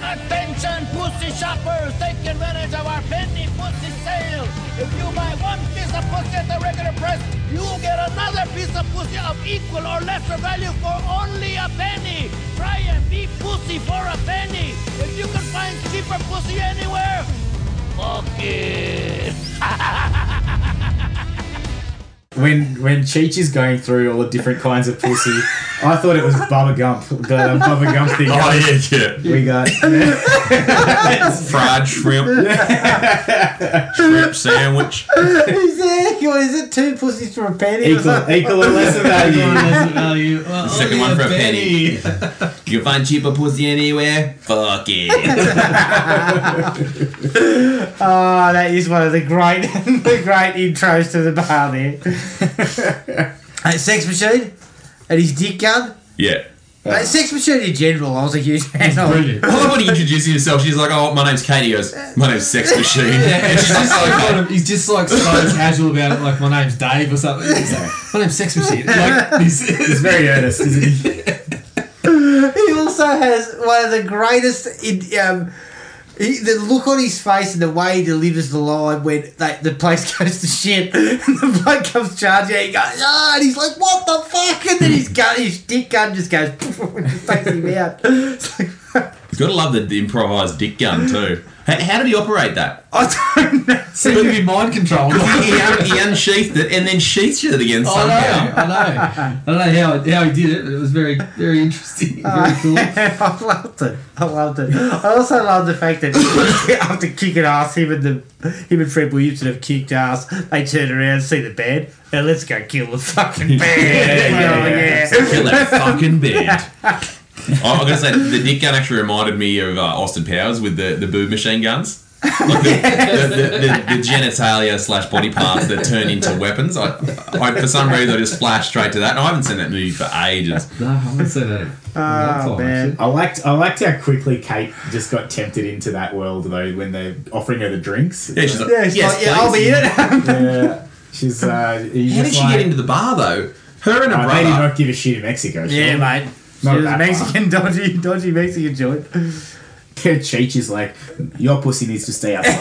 S9: Attention, pussy shoppers! Take advantage of our penny pussy sale! If you buy one piece of pussy at the regular price, you will get another piece of pussy of equal or lesser value for only a penny. Try and be pussy for a penny. If you can find cheaper pussy anywhere, fuck it.
S5: When when Cheech is going through all the different kinds of pussy, I thought it was Bubba Gump, the Bubba Gump thing.
S4: Oh yeah, yeah.
S5: We got
S4: Fried shrimp, shrimp sandwich.
S2: Is it, or is it two pussies for a penny? or
S5: equal,
S2: something?
S5: equal or lesser value.
S3: value. Well,
S4: second
S3: only
S4: one for a penny. You can find cheaper pussy anywhere. Fuck it.
S2: Oh, that is one of the great, the great intros to the bar there. Hey, sex machine and his dick gun.
S4: yeah.
S2: Hey, sex machine in general, I was a huge fan of.
S3: Brilliant.
S4: I love when he introduces himself. She's like, "Oh, my name's Katie." He goes, "My name's Sex Machine." And she's just like,
S3: Kind of- He's just like so casual about it, like my name's Dave or something. He's like, my name's Sex Machine. Like, he's,
S5: He's very earnest, isn't he?
S2: He also has one of the greatest. In, um, he, the look on his face and the way he delivers the line when they, the place goes to shit and the bloke comes charging and he goes, ah, and he's like, what the fuck? And then his gun, his dick gun just goes, and just takes him out. It's like,
S4: "You gotta love the, the improvised dick gun too." How, how did he operate that?
S2: I don't know.
S3: seemed to be mind controlled.
S4: He, un- he unsheathed it and then sheathed it again
S3: I
S4: somehow.
S3: know, I know. I don't know how, how he did it, but it was very, very interesting. Very cool.
S2: I loved it. I loved it. I also loved the fact that after kicking ass, him and the him and Fred Williamson have kicked ass. They turn around, see the band, and let's go kill the fucking band.
S5: yeah, yeah.
S2: Oh, yeah.
S4: Kill that fucking bed. I- I'm gonna say the dick gun actually reminded me of uh, Austin Powers with the, the boob machine guns. Like the, the, the, the, the genitalia slash body parts that turn into weapons. I, I for some reason I just flashed straight to that, and I haven't seen that movie for ages.
S3: No, I wouldn't say that.
S2: Oh, man.
S5: I liked I liked how quickly Kate just got tempted into that world though when they're offering her the drinks.
S4: Yeah, she's like,
S2: Yeah, it's
S4: yes,
S2: like, yeah, I'll
S4: please."
S2: be in it.
S5: Yeah. She's uh he's
S4: How
S5: just
S4: did she
S5: like,
S4: get into the bar though? Her and her
S5: "Oh, they did
S4: brother.
S5: not give a shit in Mexico.
S2: yeah,
S5: sure."
S2: mate. She
S5: Not
S2: was a
S5: that
S2: Mexican, dodgy, dodgy Mexican joint.
S5: Cheech is like, your pussy needs to stay outside.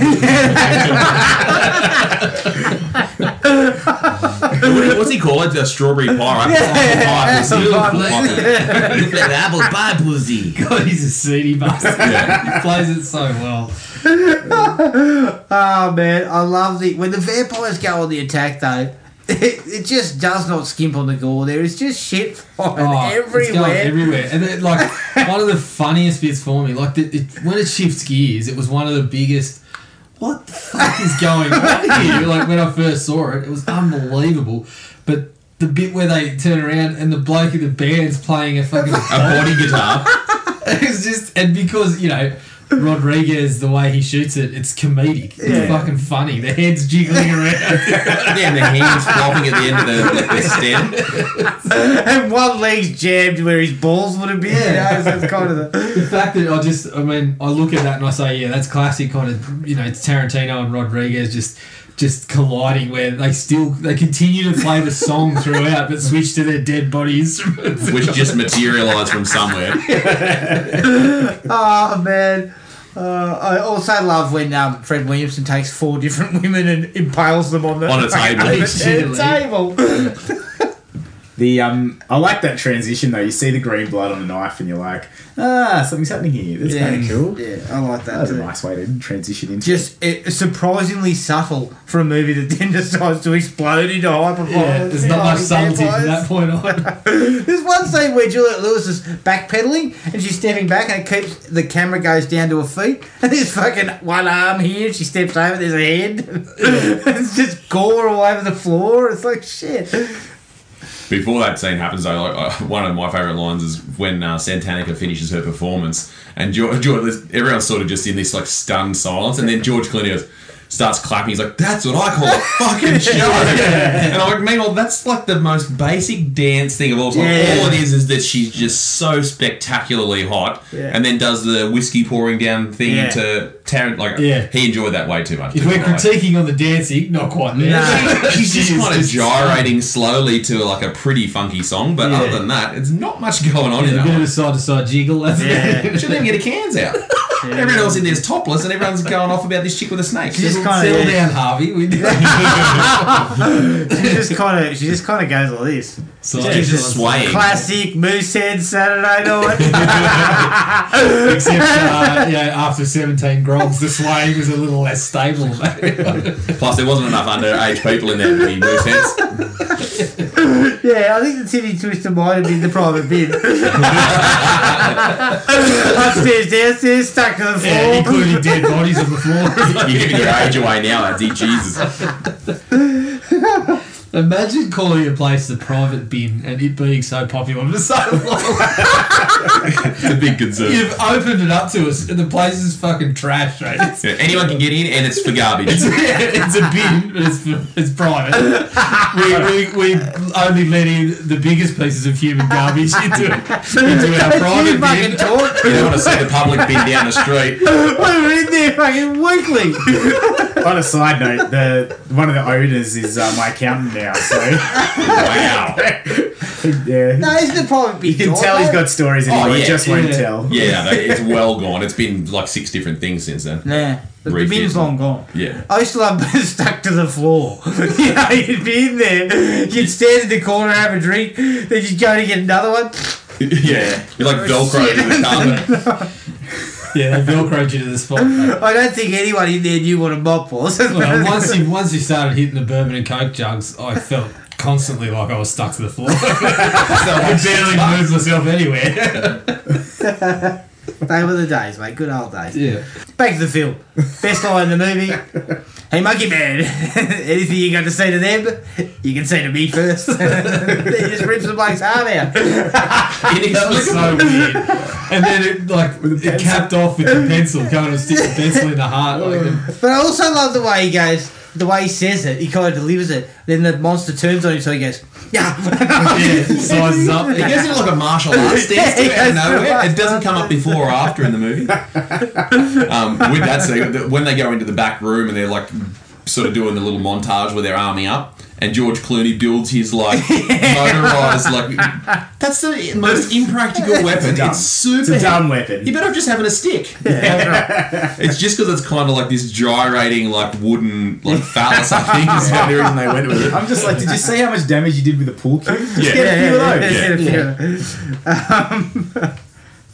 S4: What- What's he called? A strawberry pie, right?
S2: Yeah.
S4: Apple
S2: Apple
S4: pie pussy. Little Apple pie pussy.
S3: God, Oh, he's a seedy bastard. He plays it so well.
S2: Oh man, I love the when the vampires go on the attack though. It, it just does not skimp on the gore. There is just shit flying
S3: Oh, it's
S2: everywhere.
S3: going everywhere. And then, like, one of the funniest bits for me, like, the, it, when it shifts gears, it was one of the biggest. What the fuck is going on here? Like, when I first saw it, it was unbelievable. But the bit where they turn around and the bloke in the band's playing a fucking.
S4: A body guitar.
S3: it's just. And because, you know. Rodriguez, the way he shoots it, it's comedic. It's fucking funny. The head's jiggling around.
S4: Yeah, and the hands flopping at the end of the, the, the stem.
S2: and one leg's jammed where his balls would have been. Yeah, so it's kind of the.
S3: the fact that I just, I mean, I look at that and I say, yeah, that's classic kind of, you know, it's Tarantino and Rodriguez just, just colliding where they still, they continue to play the song throughout, but switch to their dead body instruments.
S4: which just materialised from somewhere.
S2: Oh man. Uh, I also love when um, Fred Williamson takes four different women and impales them on the
S4: On a
S2: fucking
S4: table.
S2: open air table.
S5: the um, I like that transition though. You see the green blood on the knife, and you're like, ah, something's happening here. That's
S2: Yeah.
S5: kind of cool.
S2: Yeah, I like
S5: That
S2: that.
S5: was a
S2: Too.
S5: nice way to transition into.
S2: Just it, surprisingly subtle for a movie that then decides to explode into high performance.
S3: Yeah, there's not
S2: Like
S3: much subtlety from
S2: vampires.
S3: that point on.
S2: There's one scene where Juliet Lewis is backpedaling and she's stepping back and it keeps the camera goes down to her feet and there's fucking one arm here and she steps over there's a head it's just gore all over the floor it's like shit
S4: Before that scene happens, though, like, uh, one of my favourite lines is when uh, Santanica finishes her performance, and George, George, everyone's sort of just in this like stunned silence, and then George Clooney goes, starts clapping. He's like, "That's what I call a fucking show." And I'm like, meanwhile, that's like the most basic dance thing of all time.
S2: Yeah.
S4: All it is is that she's just so spectacularly hot,
S2: Yeah.
S4: and then does the whiskey pouring down thing
S2: Yeah.
S4: to Tarant, like
S3: Yeah.
S4: he enjoyed that way too much.
S3: If
S4: didn't
S3: we're
S4: he? Like,
S3: critiquing on the dancing, not quite there.
S2: No.
S4: He's just
S3: Jeez,
S4: kind of
S3: just-
S4: gyrating slowly to like a pretty funky song, but
S3: Yeah.
S4: other than that, it's not much going on in
S3: Yeah,
S4: that.
S3: a bit of
S4: one.
S3: a side to side jiggle. That's
S2: Yeah.
S3: it.
S4: She didn't even get her cans out. Everyone else in there's topless, and everyone's going off about this chick with a snake.
S2: She's
S3: Settle
S2: kinda-
S3: settle down, Harvey. We
S2: She just kind of she just kind of goes like this.
S3: so,
S4: She's just swaying.
S2: Classic Moosehead Saturday night.
S3: Except, uh, yeah, after 17 grogs, the swaying was a little less stable. mate.
S4: Plus, there wasn't enough underage people in there to be moose heads.
S2: yeah, I think the titty twister might have been the private bin. Upstairs, downstairs, stuck to the floor.
S3: yeah, including dead bodies on the floor.
S4: You're giving your age away now, Andy. Jesus.
S3: Imagine calling a place the private bin and it being so popular for so long.
S4: It's a big concern.
S3: You've opened it up to us and the place is fucking trash, right? It's,
S4: Yeah, anyone can get in, and it's for garbage.
S3: it's a bin, but it's, it's private. We, we, we only let in the biggest pieces of human garbage into, into our
S2: you
S3: private
S2: fucking
S3: bin.
S2: talk.
S4: you don't want to see the public bin down the street.
S2: we were in there fucking weekly.
S5: On a side note, the one of the owners is uh, my accountant now, so
S4: Wow.
S5: yeah.
S2: No, isn't the private bin?
S5: You can tell he's got stories anymore.
S4: Oh,
S5: he
S4: yeah,
S5: just won't
S3: yeah.
S5: tell.
S4: Yeah, no, it's well gone. It's been like six different things since then.
S2: Nah, the, the
S4: Brief
S2: bin's
S4: isn't.
S2: long gone.
S4: Yeah.
S2: I used to love being stuck to the floor. you know, you'd be in there, you'd stand in the corner, have a drink, then you'd go to get another one.
S4: Yeah. You're like Velcro to the carpet.
S3: Yeah, they velcroed you to the spot. mate.
S2: I don't think anyone in there knew what a mop was.
S3: Well, once you once you started hitting the bourbon and coke jugs, I felt constantly like I was stuck to the floor. so I could barely move myself anywhere.
S2: they were the days, mate. Good old days.
S3: Yeah.
S2: Back to the film. Best line in the movie. Hey, Monkey Man. Anything you got to say to them, you can say to me first. he just rips the bloke's arm out.
S3: That was so weird. And then it like it capped off with the pencil, going and stick the pencil in the heart. Like, and-
S2: But I also love the way he goes, the way he says it, he kind of delivers it. Then the monster turns on him, so he goes, yeah.
S3: yeah, sizes up.
S4: It goes into like a martial arts dance to it out of nowhere. It doesn't come up before or after in the movie. Um, with that scene, the- when they go into the back room and they're like sort of doing the little montage with their army up, and George Clooney builds his like motorized like that's the most impractical weapon.
S5: dumb-
S4: It's super.
S5: It's a dumb
S4: heavy.
S5: weapon.
S4: You better off just having a stick. it's just because it's kind of like this gyrating, like wooden, like phallus. I think is the only reason they went with it.
S5: I'm just like, did you see how much damage you did with the pool cue? Just
S4: Yeah.
S5: get a few of those.
S2: yeah, yeah.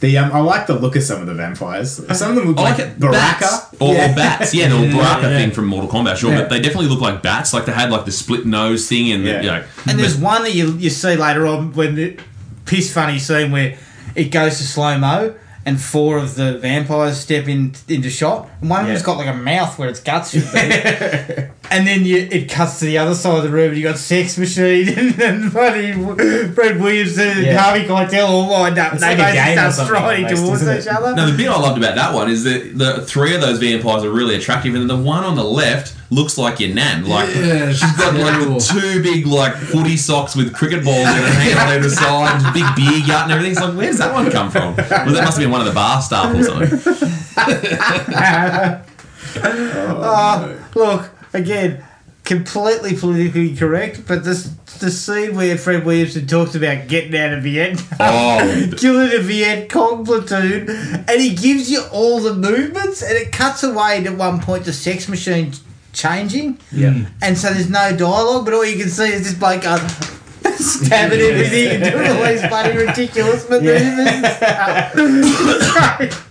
S5: The um, I like the look of some of the vampires. Some of them look
S4: I
S5: like,
S4: like it. Bats.
S5: Baraka.
S4: Or, or bats, yeah, the Baraka
S3: yeah.
S4: thing from Mortal Kombat, sure, but they definitely look like bats. Like they had like the split nose thing, and
S5: Yeah.
S4: the, you know,
S2: And there's one that you, you see later on when the piss funny scene where it goes to slow mo and four of the vampires step in into shot. And one of them's
S5: Yeah.
S2: got like a mouth where its guts should be. and then you, it cuts to the other side of the room and you got Sex Machine and, and bloody Fred Williamson and
S5: Yeah.
S2: Harvey Keitel all lined up. and
S5: like
S2: they
S5: a game or
S2: both start
S5: something
S2: striding
S5: almost,
S2: towards
S5: isn't
S2: each
S5: it?
S2: other.
S4: Now the bit I loved about that one is that the three of those vampires are really attractive, and the one on the left looks like your nan. Like
S3: Yeah,
S4: she's got like
S3: terrible.
S4: the two big like footy socks with cricket balls and hanging on either side, big beer gut and everything. It's like, where's that one come from? Well, that must have been one of the bar staff or something.
S2: Look, again, completely politically correct, but this the scene where Fred Williamson talks about getting out of Vietnam,
S4: Oh,
S2: killing a Viet Cong platoon, and he gives you all the movements, and it cuts away at one point to Sex Machine changing,
S5: Yeah.
S2: and so there's no dialogue, but all you can see is this bloke going, stabbing everything and doing all these bloody ridiculous maneuvers. Then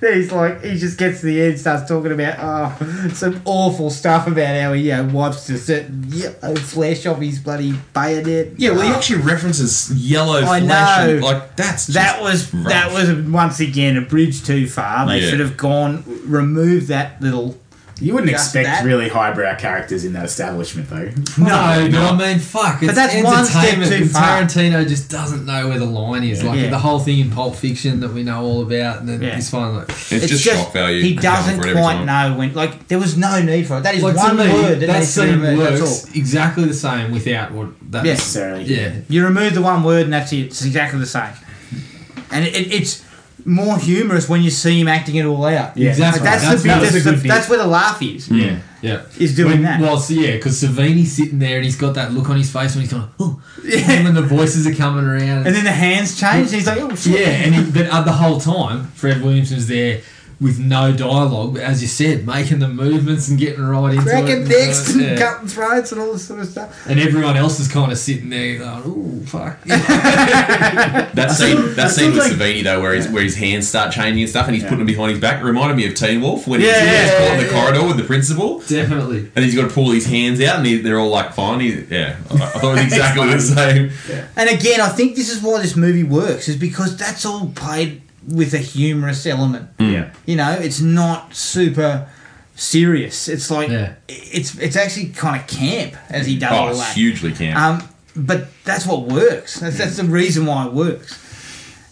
S2: he's like, he just gets to the end, starts talking about oh, some awful stuff about how he you know, wipes the certain yellow flesh off his bloody bayonet.
S4: yeah. Well, he actually references yellow
S2: I
S4: flesh. and,
S2: know.
S4: like that's just
S2: that was
S4: rough.
S2: that was once again a bridge too far. They
S4: Yeah.
S2: should have gone remove that little.
S5: You wouldn't
S2: Just
S5: expect
S2: that.
S5: really highbrow characters in that establishment, though.
S3: No, but I mean, fuck. It's
S2: that's one step
S3: entertainment,
S2: too
S3: and
S2: far.
S3: Tarantino just doesn't know where the line is. Like
S2: Yeah.
S3: the whole thing in Pulp Fiction that we know all about, and then
S2: Yeah.
S3: he's finally like,
S4: It's, just, shock value.
S2: He
S4: Going for
S2: doesn't
S4: it every
S2: quite
S4: time.
S2: know when. Like there was no need for it. That is
S3: like
S2: one
S3: to me,
S2: word that,
S3: that
S2: needs to be
S3: scene
S2: removed,
S3: works
S2: That's all.
S3: exactly the same without what that
S2: Yeah.
S5: Necessarily.
S3: Yeah,
S2: You remove the one word and that's it. It's exactly the same. And it, it, it's more humorous when you see him acting it all out.
S5: Yeah.
S3: Exactly.
S2: Like, that's,
S3: That's-
S2: the bit,
S3: that
S5: was
S2: that's,
S5: a
S2: the,
S5: good bit.
S2: that's where the laugh is.
S3: Yeah, yeah.
S2: Is doing
S3: When-
S2: that.
S3: Well, so yeah, because Savini's sitting there and he's got that look on his face when he's going, oh, and then the voices are coming around.
S2: And then the hands change, and he's like, oh, shit.
S3: yeah, and he, but uh, the whole time, Fred Williamson's there with no dialogue, but as you said, making the movements and getting right into it.
S2: Cracking
S3: and,
S2: dicks
S3: uh,
S2: and
S3: yeah.
S2: cutting throats and all this sort of stuff.
S3: And everyone else is kind of sitting there going, oh, fuck.
S4: That scene, that scene with
S2: like-
S4: Savini though, where his where his hands start changing and stuff, and he's putting them behind his back, reminded me of Teen Wolf when he's,
S2: Yeah, yeah,
S4: he's caught in
S3: yeah,
S4: the
S3: yeah.
S4: corridor with the principal,
S3: Definitely.
S4: and he's got to pull his hands out, and he, they're all like, "Fine." He, yeah, I I thought it was exactly the same.
S2: And again, I think this is why this movie works, is because that's all played with a humorous element.
S3: Mm.
S5: Yeah.
S2: You know, it's not super serious. It's like
S3: Yeah.
S2: it's it's actually kind of camp as he does
S4: Oh,
S2: all
S4: it's
S2: that.
S4: hugely camp.
S2: Um, but that's what works. That's, that's the reason why it works.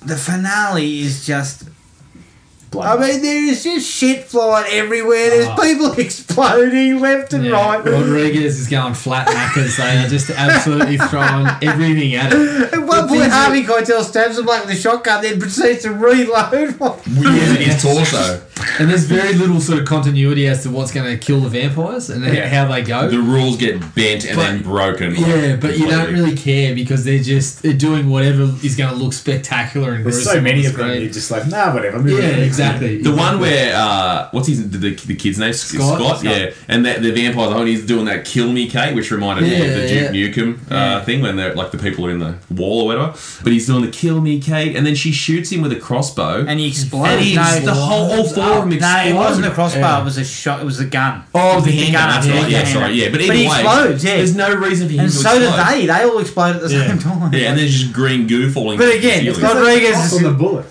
S2: The finale is just. I
S5: Blood.
S2: mean, there is just shit flying everywhere. There's
S3: Ah.
S2: people exploding left and
S3: Yeah.
S2: right.
S3: Rodriguez is going flat knackers. They are just absolutely throwing everything at it.
S2: At one
S3: The
S2: point,
S3: things that-
S2: Harvey Keitel stabs him like with a shotgun, then proceeds to reload.
S4: Weird in his torso.
S3: And there's very little sort of continuity as to what's going to kill the vampires and
S5: Yeah.
S3: how they go.
S4: The rules get bent and
S3: But-
S4: then broken.
S3: yeah, but you don't really care because they're just they're doing whatever is going to look spectacular and
S5: There's so
S3: gruesome
S5: many
S3: on
S5: of
S3: the
S5: them.
S3: screen.
S5: You're just like, nah, whatever. move
S3: Yeah,
S5: on to the next one.
S3: exactly.
S4: The one where uh, what's his the, the kid's name
S3: Scott?
S4: Scott, yeah, and the, the vampire oh, and he's doing that kill me Kate, which reminded me of the
S3: Yeah,
S4: Duke Nukem uh, thing when they're like the people are in the wall or whatever. But he's doing the kill me Kate, and then she shoots him with a crossbow,
S2: And he explodes.
S4: and he's-
S2: no,
S4: the whole all four of them
S2: no,
S4: explode.
S2: it wasn't a crossbar.
S3: Yeah.
S2: It was a shot. It was a gun.
S4: Oh,
S2: It was
S4: the
S2: a
S4: handgun.
S2: gun,
S4: That's right. Yeah,
S2: the
S4: sorry.
S2: handgun.
S4: Yeah, but either
S2: but he
S4: way,
S2: explodes. Yeah,
S4: there's no reason for him
S2: and
S4: to
S2: so do
S4: explode.
S2: they. They all explode at the
S3: Yeah.
S2: same time.
S4: Yeah, and there's just green goo falling.
S2: But
S4: from
S2: again,
S4: the
S2: it's
S4: ceiling.
S2: got- Rodriguez is-
S5: on the bullet.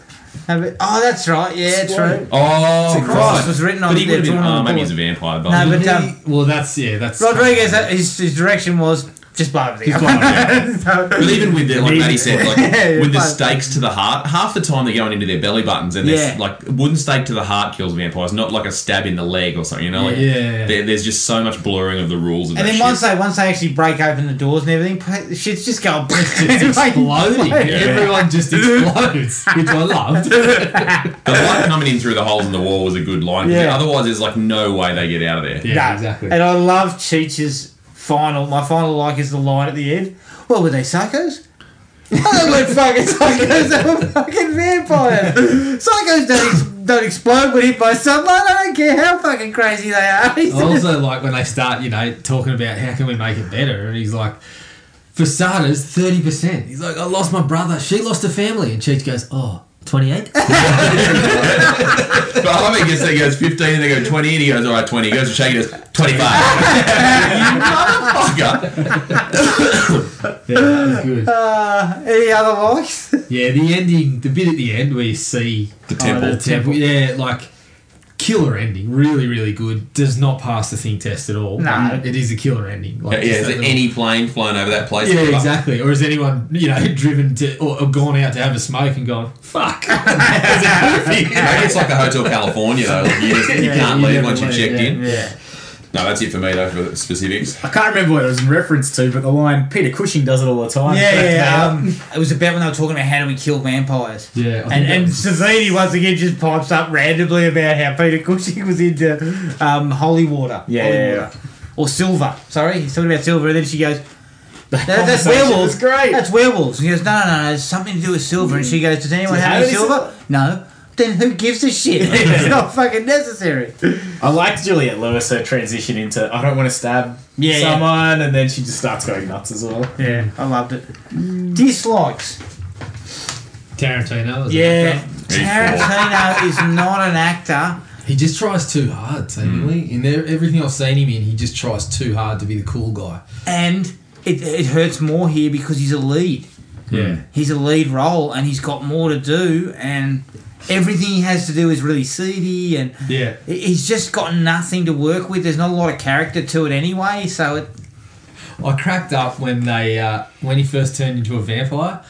S2: Oh, that's right. Yeah,
S5: Explode.
S2: true.
S4: oh,
S2: It's a cross.
S4: right.
S2: It was written on
S4: But he
S2: the-
S4: would have been.
S2: drawn on
S4: Oh,
S2: the
S4: maybe
S2: board.
S4: he's a vampire. But
S2: No, but
S3: He-
S2: um,
S3: well, that's yeah, that's
S2: Rodriguez, uh, his, his direction was just blow everything up.
S4: But even with the, like Matty said, like
S2: Yeah,
S4: with the
S2: but-
S4: stakes to the heart, half the time they're going into their belly buttons, and there's
S2: Yeah.
S4: like a wooden stake to the heart kills vampires, not like a stab in the leg or something. You know, like
S3: Yeah.
S4: there- there's just so much blurring of the rules. Of
S2: And
S4: that
S2: then
S4: shit.
S2: once they once they actually break open the doors and everything, pa- shit's just going
S3: It's exploding. Everyone just explodes, which I loved.
S4: the light coming in through the holes in the wall was a good line. 'cause
S2: Yeah.
S4: Otherwise, there's like no way they get out of there.
S3: Yeah, exactly.
S2: And I love Cheech's final. My final like is the line at the end. What were they psychos? oh, they weren't fucking psychos. They were fucking vampires. Psychos don't ex- don't explode when hit by sunlight. I don't care how fucking crazy they are. He
S3: I
S2: says-
S3: also like when they start, you know, talking about how can we make it better, and he's like, for starters, thirty percent. He's like, I lost my brother, she lost her family, and Cheech goes, oh. 28?
S4: But I love it because they goes 15 and they go 20 and he goes, all right, 20. He goes to shake it, he goes, 25. Motherfucker.
S3: Yeah, that was good.
S2: Uh, any other likes?
S3: Yeah, the ending, the bit at the end where you see Oh,
S4: The temple.
S3: the temple, yeah, like killer ending, really, really good. Does not pass the thing test at all.
S2: No.
S3: But it is a killer ending.
S4: yeah,
S3: Like,
S4: yeah,
S3: just
S4: is
S3: that
S4: there
S3: little-
S4: any plane flying over that place?
S3: Yeah, exactly. Or is anyone you know driven to or, or gone out to have a smoke and gone fuck?
S4: Maybe it's like a Hotel California, though. Like you, just, you can't
S3: you
S4: leave
S3: never
S4: once you've
S3: leave,
S4: checked
S3: yeah.
S4: in.
S2: Yeah.
S4: No, that's it for me, though, for the specifics.
S5: I can't remember what it was in reference to, but the line Peter Cushing does it all the time.
S2: Yeah, yeah, yeah. Um, it was about when they were talking about how do we kill vampires.
S3: Yeah, I think
S2: and
S3: that
S2: and
S3: was-
S2: Savini once again just pipes up randomly about how Peter Cushing was into um, holy water.
S5: Yeah,
S2: holy
S5: yeah,
S2: water. or silver. Sorry, he's talking about silver, and then she goes. "That- that's
S5: conversation
S2: werewolves.
S5: was great."
S2: That's werewolves. And he goes, no, no, no, no, it's something to do with silver. And she goes, does anyone
S5: Do you
S2: have
S5: have
S2: any
S5: any
S2: silver?
S5: silver?
S2: No. Then who gives a shit? it's not fucking necessary.
S5: I liked Juliet Lewis her transition into I don't want to stab
S2: Yeah, yeah.
S5: someone, and then she just starts going nuts as well.
S2: Yeah, I loved it. Dislikes.
S3: Tarantino. Is
S2: Yeah,
S3: an
S4: He's
S2: Tarantino is not an actor.
S3: actor. he just tries too hard. Seemingly
S4: Hmm.
S3: in there, everything I've seen him in, he just tries too hard to be the cool guy.
S2: and it, it hurts more here because he's a lead.
S3: Yeah,
S2: He's a lead role, and he's got more to do, and everything he has to do is really seedy, and
S3: yeah.
S2: he- he's just got nothing to work with. There's not a lot of character to it anyway, so it,
S3: I cracked up when they uh, when he
S2: Hmm.
S3: first turned into a vampire,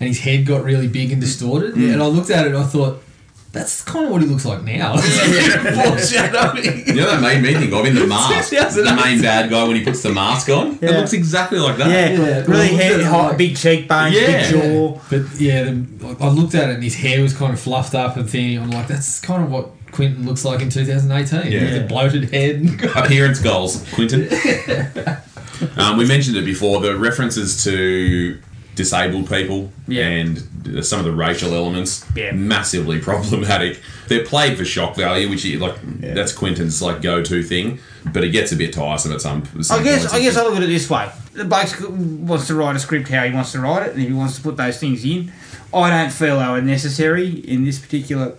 S3: and his head got really big and distorted. And I looked at it, and I thought. That's kind of what he looks like now. Oh, Foreshadowing.
S4: You know that made me think of in the mask,
S3: Yes,
S4: the main bad guy when he puts the mask on. It
S2: Yeah.
S4: looks exactly like that.
S2: Yeah,
S3: Yeah.
S2: really hair, hot,
S3: Like-
S2: big cheekbones,
S4: Yeah.
S2: big jaw.
S3: But yeah, the, I looked at it and his hair was kind of fluffed up and thin. I'm like, that's kind of what Quentin looks like in 2018.
S4: Yeah.
S3: With the bloated head. and-
S4: appearance goals, Quinton. um, we mentioned it before. The references to disabled people
S2: Yeah.
S4: and uh, some of the racial elements
S2: Yeah.
S4: massively problematic. They're played for shock value, which you, like that's Quinton's like go-to thing. But it gets a bit tiresome at some. some
S2: I guess
S4: points.
S2: I guess I look at it this way: the bloke wants to write a script how he wants to write it, and if he wants to put those things in, I don't feel they were necessary in this particular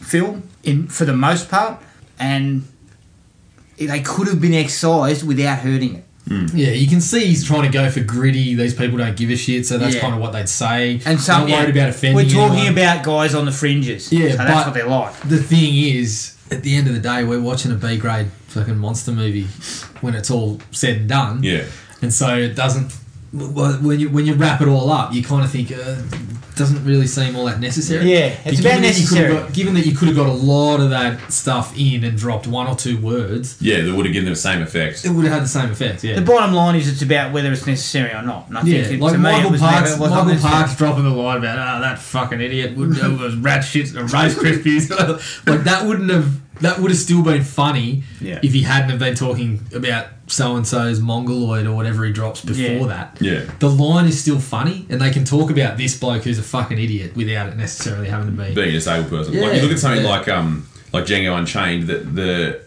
S2: film, in for the most part, and they could have been excised without hurting it.
S3: Yeah, you can see he's trying to go for gritty. These people don't give a shit, so that's
S2: Yeah.
S3: kind of what they'd say.
S2: And
S3: so
S2: some
S3: not worried
S2: yeah,
S3: about offending.
S2: We're talking
S3: anyone.
S2: about guys on the fringes.
S3: Yeah,
S2: so that's
S3: but-
S2: what they're like.
S3: The thing is, at the end of the day, we're watching a B grade fucking monster movie when it's all said and done.
S4: Yeah.
S3: and so it doesn't. well, When you when you wrap it all up, you kind of think uh, it doesn't really seem all that necessary.
S2: Yeah, it's about
S3: given that you could have
S2: necessary.
S3: got- given that you could have got a lot of that stuff in and dropped one or two words,
S4: Yeah, that would have given them the same effect.
S3: it would have had the same effect. Yeah.
S2: The bottom line is it's about whether it's necessary or not. And I
S3: yeah,
S2: think it,
S3: like
S2: to me, it
S3: Michael
S2: was never-
S3: Parks,
S2: it wasn't
S3: Michael
S2: necessary.
S3: Parks dropping the line about ah that fucking idiot would do those rat shits and Rice Krispies. like that wouldn't have that would have still been funny
S5: Yeah.
S3: if he hadn't have been talking about so and so's mongoloid or whatever he drops before
S2: Yeah.
S3: that.
S4: Yeah.
S3: the line is still funny, and they can talk about this bloke who's a fucking idiot without it necessarily having to be.
S4: being a disabled person.
S3: Yeah,
S4: like you look at something
S3: yeah.
S4: like um like Django Unchained, that the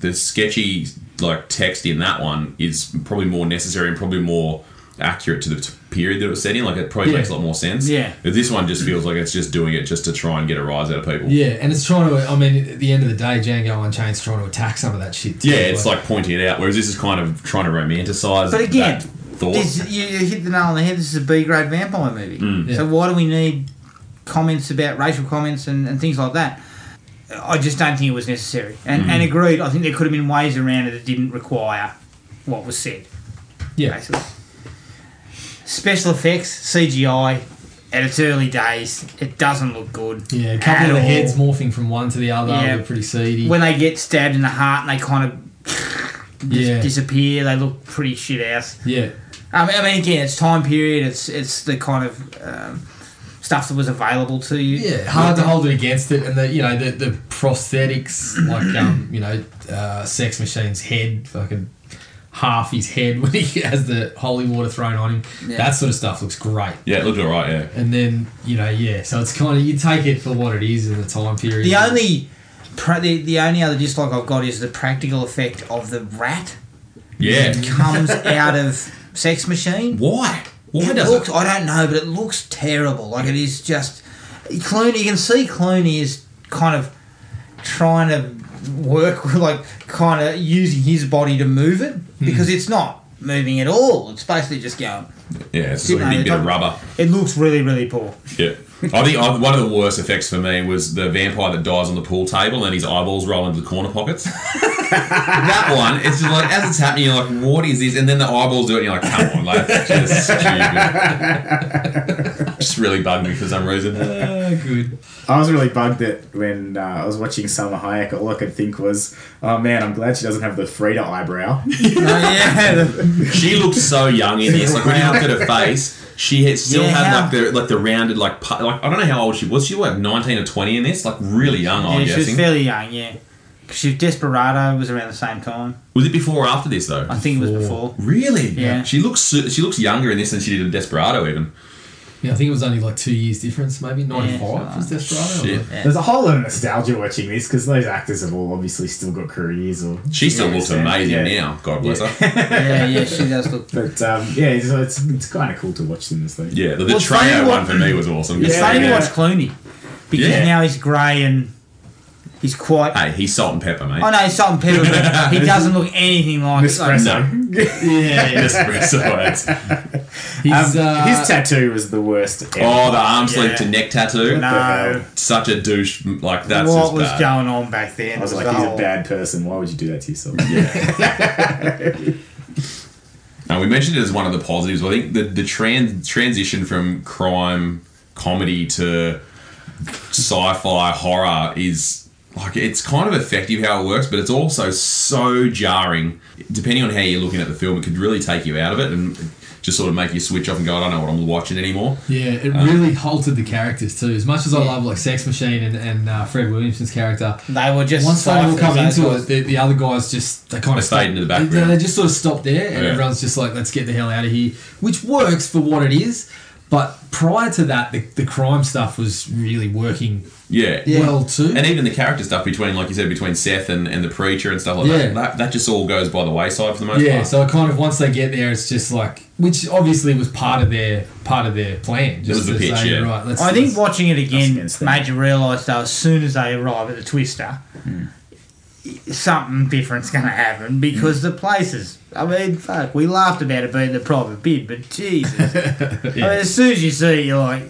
S4: the sketchy like text in that one is probably more necessary and probably more accurate to the t- period that it was set in. Like it probably
S3: Yeah.
S4: makes a lot more sense.
S2: Yeah.
S4: But this one just feels like it's just doing it just to try and get a rise out of people.
S3: yeah, and it's trying to. I mean, at the end of the day, Django Unchained's trying to attack some of that shit. too,
S4: Yeah, it's like pointing it out. Whereas this is kind of trying to romanticize.
S2: But again,
S4: that thought.
S2: This, you, you hit the nail on the head. This is a B grade vampire movie.
S3: Yeah.
S2: So why do we need comments about racial comments and, and things like that? I just don't think it was necessary. And, and agreed, I think there could have been ways around it that didn't require what was said.
S3: yeah,
S2: Basically, special effects, CGI. At its early days, it doesn't look good.
S3: yeah. A
S2: at
S3: couple of the
S2: all.
S3: heads morphing from one to the other
S2: Yeah.
S3: were pretty seedy.
S2: When they get stabbed in the heart and they kind of dis-
S3: yeah,
S2: disappear, they look pretty shit ass.
S3: yeah.
S2: I mean, I mean, again, it's time period. It's it's the kind of um, stuff that was available to you.
S3: Yeah, hard to hold it against it, and the you know the, the prosthetics like um you know uh, sex machine's head fucking half his head when he has the holy water thrown on him.
S2: Yeah.
S3: That sort of stuff looks great.
S4: yeah, it looked alright. Yeah.
S3: And then you know yeah, so it's kind of you take it for what it is in the time period.
S2: The only pra- the, the only other dislike I've got is the practical effect of the rat
S4: Yeah.
S2: comes out of Sex Machine.
S4: Why? Why
S2: it
S4: does
S2: looks,
S4: it?
S2: I don't know, but it looks terrible. Like it is just Clooney. You can see Clooney is kind of trying to work, with, like kind of using his body to move it because it's not moving at all. It's basically just going.
S4: Yeah, it's just like a big bit of rubber.
S2: It looks really, really poor.
S4: Yeah. I think I, one of the worst effects for me was the vampire that dies on the pool table and his eyeballs roll into the corner pockets. that one, it's just like, as it's happening, you're like, what is this? And then the eyeballs do it, and you're like, come on, like, that's just stupid. just really bugged me for some reason. Oh,
S3: Uh, good.
S5: I was really bugged that when uh, I was watching Selma Hayek, all I could think was, "Oh man, I'm glad she doesn't have the Frida eyebrow."
S2: yeah, the-
S4: She looked so young in this. Like, when you looked at her face, she had still
S2: Yeah,
S4: had,
S2: how-
S4: like, the like the rounded, like, pu- like, I don't know how old she was. She was like 19 or 20 in this, like, really young, I'm
S2: yeah, she was
S4: guessing.
S2: fairly young, yeah. 'Cause She Desperado was around the same time.
S4: was it before or after this, though?
S2: I think it was before.
S4: Really?
S2: Yeah.
S4: She looks su- she looks younger in this than she did in Desperado even.
S3: Yeah, I think it was only like two years difference, maybe ninety five
S2: something
S3: was Desperado.
S4: Shit.
S5: There's a whole lot of nostalgia watching this because those actors have all obviously still got careers. Or
S4: She still looks amazing
S5: Yeah.
S4: now. God bless her.
S2: yeah, yeah, she does look.
S5: But um, yeah, so it's it's kind of cool to watch them this thing.
S4: Yeah, the, the
S2: Well,
S4: trio
S2: funny
S4: one
S2: what-
S4: for me was awesome.
S2: It's
S5: Yeah.
S2: funny to watch Clooney because
S4: Yeah.
S2: now he's grey and he's quite.
S4: Hey, he's salt and pepper, mate.
S2: I know Oh, he's salt and pepper, but he doesn't look anything like. like
S5: Nespresso.
S3: Yeah, yeah.
S4: Nespresso ads.
S3: His,
S5: Um,
S3: uh,
S5: his tattoo was the worst. Ever.
S4: Oh, the arm sleeve
S2: Yeah.
S4: to neck tattoo.
S5: What the
S2: No.
S5: hell?
S4: Such a douche. Like that's
S2: what
S4: just
S2: was
S4: bad.
S2: going on back then?
S5: I was
S2: It
S5: like,
S2: the
S5: he's a
S2: whole-
S5: bad person. Why would you do that to yourself?
S4: And we mentioned it as one of the positives. I think the the trans transition from crime comedy to sci-fi horror is like it's kind of effective how it works, but it's also so jarring. Depending on how you're looking at the film, it could really take you out of it and just sort of make you switch off and go, I don't know what I'm watching anymore.
S3: Yeah, it really halted the characters too. As much as I love like Sex Machine and, and uh, Fred Williamson's character,
S2: They were just
S3: once they all
S2: ciphers,
S3: come
S2: those
S3: into
S2: guys.
S3: it, the, the other guys just they kind
S4: They
S3: of
S4: stayed into the background.
S3: They, they just sort of stopped there, and
S4: Yeah.
S3: everyone's just like, "Let's get the hell out of here," which works for what it is. But prior to that, the, the crime stuff was really working
S4: Yeah.
S3: well too.
S4: And even the character stuff between, like you said, between Seth and, and the preacher and stuff like
S3: Yeah.
S4: that, that, that just all goes by the wayside for the most
S3: yeah,
S4: part.
S3: so kind of once they get there, it's just like, which obviously was part of their part of their plan. Just
S4: was the
S3: to
S4: pitch,
S3: say,
S4: yeah.
S3: Right, let's,
S2: I think
S3: let's-
S2: watching it again
S5: against them.
S2: made you realise though, as soon as they arrive at the Twister, something different's going to happen because the places. I mean, fuck, we laughed about it being the private bid, but Jesus, I mean, as soon as you see it, you're like,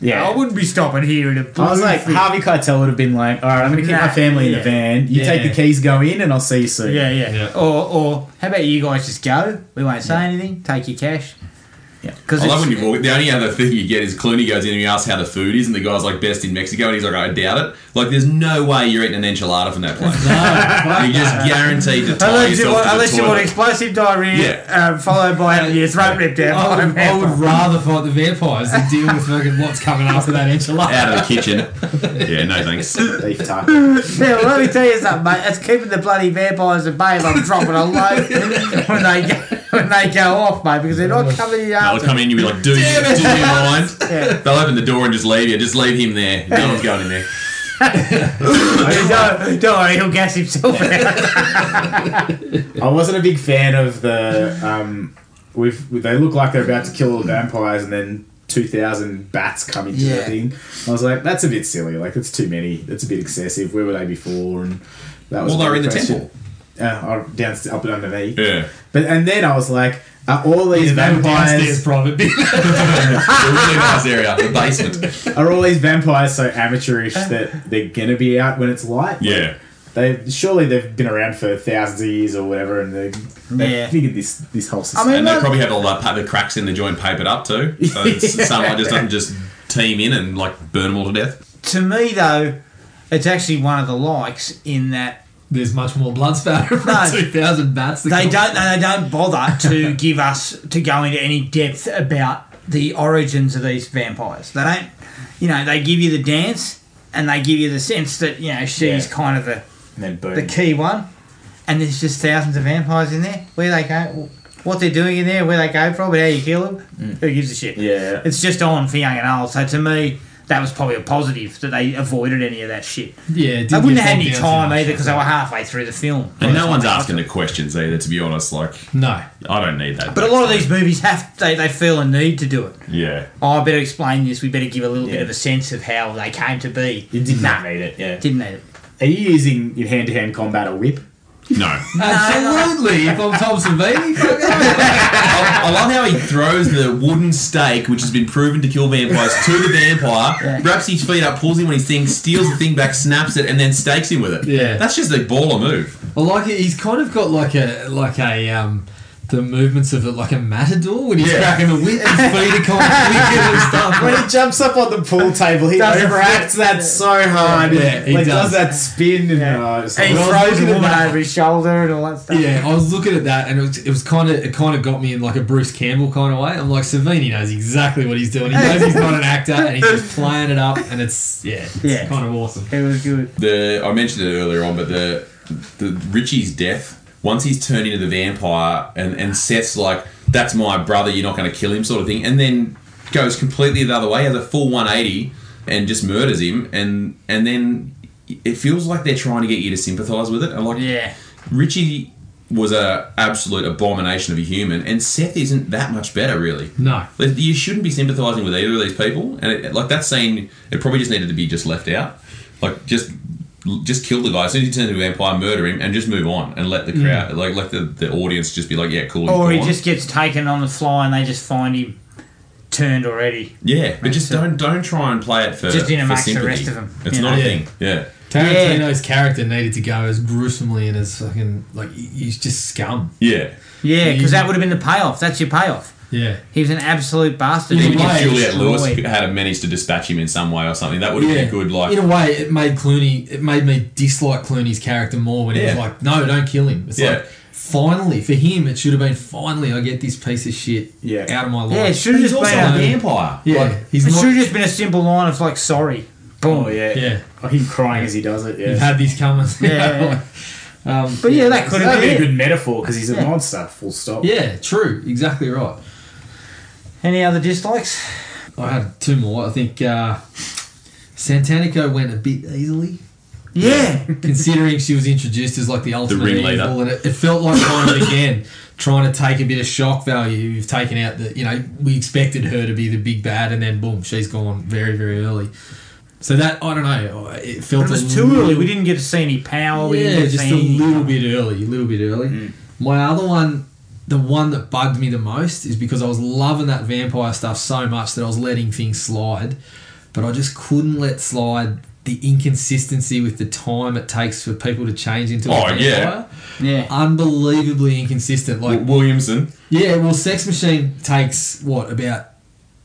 S5: Yeah.
S2: I wouldn't be stopping here in a.
S5: I was like,
S2: bloody-
S5: Harvey Keitel would have been like, all right, I'm going to keep
S2: Nah,
S5: my family in
S2: yeah.
S5: the van. You
S3: Yeah.
S5: take the keys, go in, and I'll see you soon.
S2: yeah, yeah,
S3: Yeah.
S2: Or, or how about you guys just go? We won't say anything. Take your cash.
S5: Yeah.
S2: because
S4: I love when you walk. The only other thing you get is Clooney goes in and he asks how the food is, and the guy's like, "Best in Mexico," and he's like, "I doubt it." Like, there's no way you're eating an enchilada from that place. You're just guaranteed to tie
S2: Unless you,
S4: yourself
S2: want,
S4: to the
S2: unless you want
S4: toilet.
S2: explosive diarrhea, um, followed by uh, your throat ripped out.
S3: I would,
S2: by a
S3: I would rather fight the vampires than deal with fucking what's coming after that enchilada.
S4: Out of the kitchen. yeah, no thanks.
S5: Beef taco.
S2: Yeah, well, let me tell you something, mate. It's keeping the bloody vampires at bay. if I'm dropping a load when they go, when they go off, mate, because they're not coming in
S4: They'll
S2: after.
S4: come in, you'll be like, "Dude, do you mind?"
S2: Yeah.
S4: They'll open the door and just leave you. Just leave him there. No one's going in there.
S2: Don't, don't worry, he'll gas himself out.
S5: I wasn't a big fan of the. Um, we've they look like they're about to kill all the vampires, and then two thousand bats come into
S2: Yeah.
S5: the thing. I was like, that's a bit silly. Like, it's too many. That's a bit excessive. Where were they before? And that was
S4: Well,
S5: a
S4: they're
S5: big
S4: in the
S5: question.
S4: temple.
S5: Uh, or down, up and underneath.
S4: Yeah,
S5: But and then I was like, are all these
S3: They were downstairs
S5: vampires?
S3: private bit.
S4: a really nice area, the basement.
S5: Are all these vampires so amateurish that they're gonna be out when it's light?
S4: Yeah.
S5: They surely they've been around for thousands of years or whatever, and they they
S2: Yeah.
S5: figured this this whole system.
S2: mean,
S4: And they
S2: Look-
S4: probably have all that pa- the cracks in the joint papered up too, so it's- sunlight just doesn't just team in and like burn them all to death.
S2: to me, though, it's actually one of the likes in that
S3: There's much more blood spatter from
S2: No.
S3: 2,000 bats. that
S2: they
S3: come-
S2: don't they don't bother to give us to go into any depth about the origins of these vampires. They don't, you know, they give you the dance and they give you the sense that you know she's
S5: Yeah.
S2: kind of the
S5: and then boom.
S2: the key one, and there's just thousands of vampires in there. Where they go, what they're doing in there, where they go from, and how you kill them,
S4: Mm.
S2: who gives a shit?
S5: Yeah.
S2: it's just on for young and old. So to me, that was probably a positive that they avoided any of that shit.
S3: Yeah, it
S2: They
S3: didn't
S2: wouldn't
S3: get
S2: have had any
S3: down too
S2: time
S3: much.
S2: either because they were halfway through the film.
S4: And no one's asking the questions either. To be honest, like
S3: No.
S4: I don't need that.
S2: But a lot of these movies have they, they feel a need to do it.
S4: yeah,
S2: Oh, I better explain this. We better give a little bit
S5: Yeah.
S2: of a sense of how they came to be.
S5: You did not
S2: Nah.
S5: need it. Yeah.
S2: Didn't need it.
S5: Are you using in hand to hand combat a whip?
S4: no.
S3: Absolutely. if I'm Thompson Beatty, fuck it.
S4: I, I love how he throws the wooden stake, which has been proven to kill vampires, to the vampire. Wraps his feet up, pulls him on his thing, steals the thing back, snaps it, and then stakes him with it.
S3: Yeah.
S4: that's just a baller move.
S3: I like it. He's kind of got like a like a um the movements of it like a matador when he's
S4: Yeah.
S3: cracking the whip and feet are kind of wicked and stuff.
S5: When he jumps up on the pool table, he
S2: Does a
S5: overacts that so hard.
S3: Yeah, he
S5: like,
S3: does.
S5: does. that spin and uh, it's
S2: He
S5: like,
S3: Well,
S2: throws
S3: look
S2: a
S3: at
S2: woman
S3: that.
S2: over his shoulder and all that stuff.
S3: Yeah, I was looking at that and it was, it was kind of it kind of got me in like a Bruce Campbell kind of way. I'm like Savini knows exactly what he's doing. He knows he's not an actor and he's just playing it up and it's yeah, it's
S2: Yeah.
S3: kind of awesome.
S2: It was good.
S4: The I mentioned it earlier on, but the the Richie's death once he's turned into the vampire, and and Seth's like, "That's my brother. You're not going to kill him," sort of thing, and then goes completely the other way, has a full 180, and just murders him, and and then it feels like they're trying to get you to sympathise with it. And like,
S2: Yeah.
S4: Richie was a absolute abomination of a human, and Seth isn't that much better, really.
S3: No.
S4: Like, you shouldn't be sympathising with either of these people, and it, like that scene, it probably just needed to be just left out, like just just kill the guy as soon as he turns into a vampire, murder him, and just move on, and let the crowd, like let the, the audience just be like, yeah, cool.
S2: Mm. Or
S4: go
S2: he
S4: on.
S2: just gets taken on the fly and they just find him turned already.
S4: yeah, but just don't don't try and play it for
S2: Just in
S4: for
S2: amongst the
S4: sympathy.
S2: rest of them,
S4: It's
S2: you
S4: not
S3: know?
S4: a
S3: Yeah.
S4: thing. Yeah,
S3: Tarantino's character needed to go as gruesomely and as fucking like he- he's just scum.
S4: yeah.
S2: Yeah, because that would have been the payoff. That's your payoff.
S3: Yeah.
S2: He was an absolute bastard.
S3: Yeah,
S2: He
S4: Even
S3: why
S4: if
S2: was
S4: Juliet Lewis
S2: destroyed.
S4: had managed to dispatch him in some way or something, that would have been a good. Like,
S3: in a way, it made Clooney. It made me dislike Clooney's character more when he was
S4: Yeah.
S3: like, "No, don't kill him." It's
S4: Yeah.
S3: like, finally, for him, it should have been finally. I get this piece of shit
S5: Yeah.
S3: out of my life.
S2: Yeah, it should have
S4: he's
S2: just
S4: also
S2: been
S4: a
S2: a,
S4: vampire.
S3: Yeah,
S4: Like,
S3: he's
S2: it
S3: not.
S2: should have just been a simple line of like sorry, boom.
S5: Oh yeah,
S3: Yeah.
S5: Oh, him crying as he does it. Yeah,
S3: You've had these coming.
S2: Yeah.
S3: um,
S2: But yeah, that could have
S5: that'd be a
S2: been. it.
S5: good metaphor because he's a
S2: Yeah.
S5: monster. Full stop.
S3: yeah, true. Exactly right.
S2: Any other dislikes?
S3: I had two more. I think uh, Santanico went a bit easily,
S2: Yeah.
S3: considering she was introduced as like the ultimate
S4: ringleader.
S3: evil, and it, it felt like kind of again trying to take a bit of shock value. You've taken out the, you know, we expected her to be the big bad, and then boom, she's gone very, very early. So that I don't know. It felt
S2: It was
S3: a
S2: too early.
S3: little-
S2: We didn't get to see any power. We
S3: yeah,
S2: didn't get to
S3: Oh, just
S2: see
S3: a
S2: any-
S3: little bit early, a little bit early. My other one, the one that bugged me the most, is because I was loving that vampire stuff so much that I was letting things slide, but I just couldn't let slide the inconsistency with the time it takes for people to change into a
S4: Oh,
S3: vampire.
S4: yeah.
S2: Yeah.
S3: Unbelievably inconsistent. Like,
S4: W- Williamson,
S3: yeah, well, Sex Machine takes what about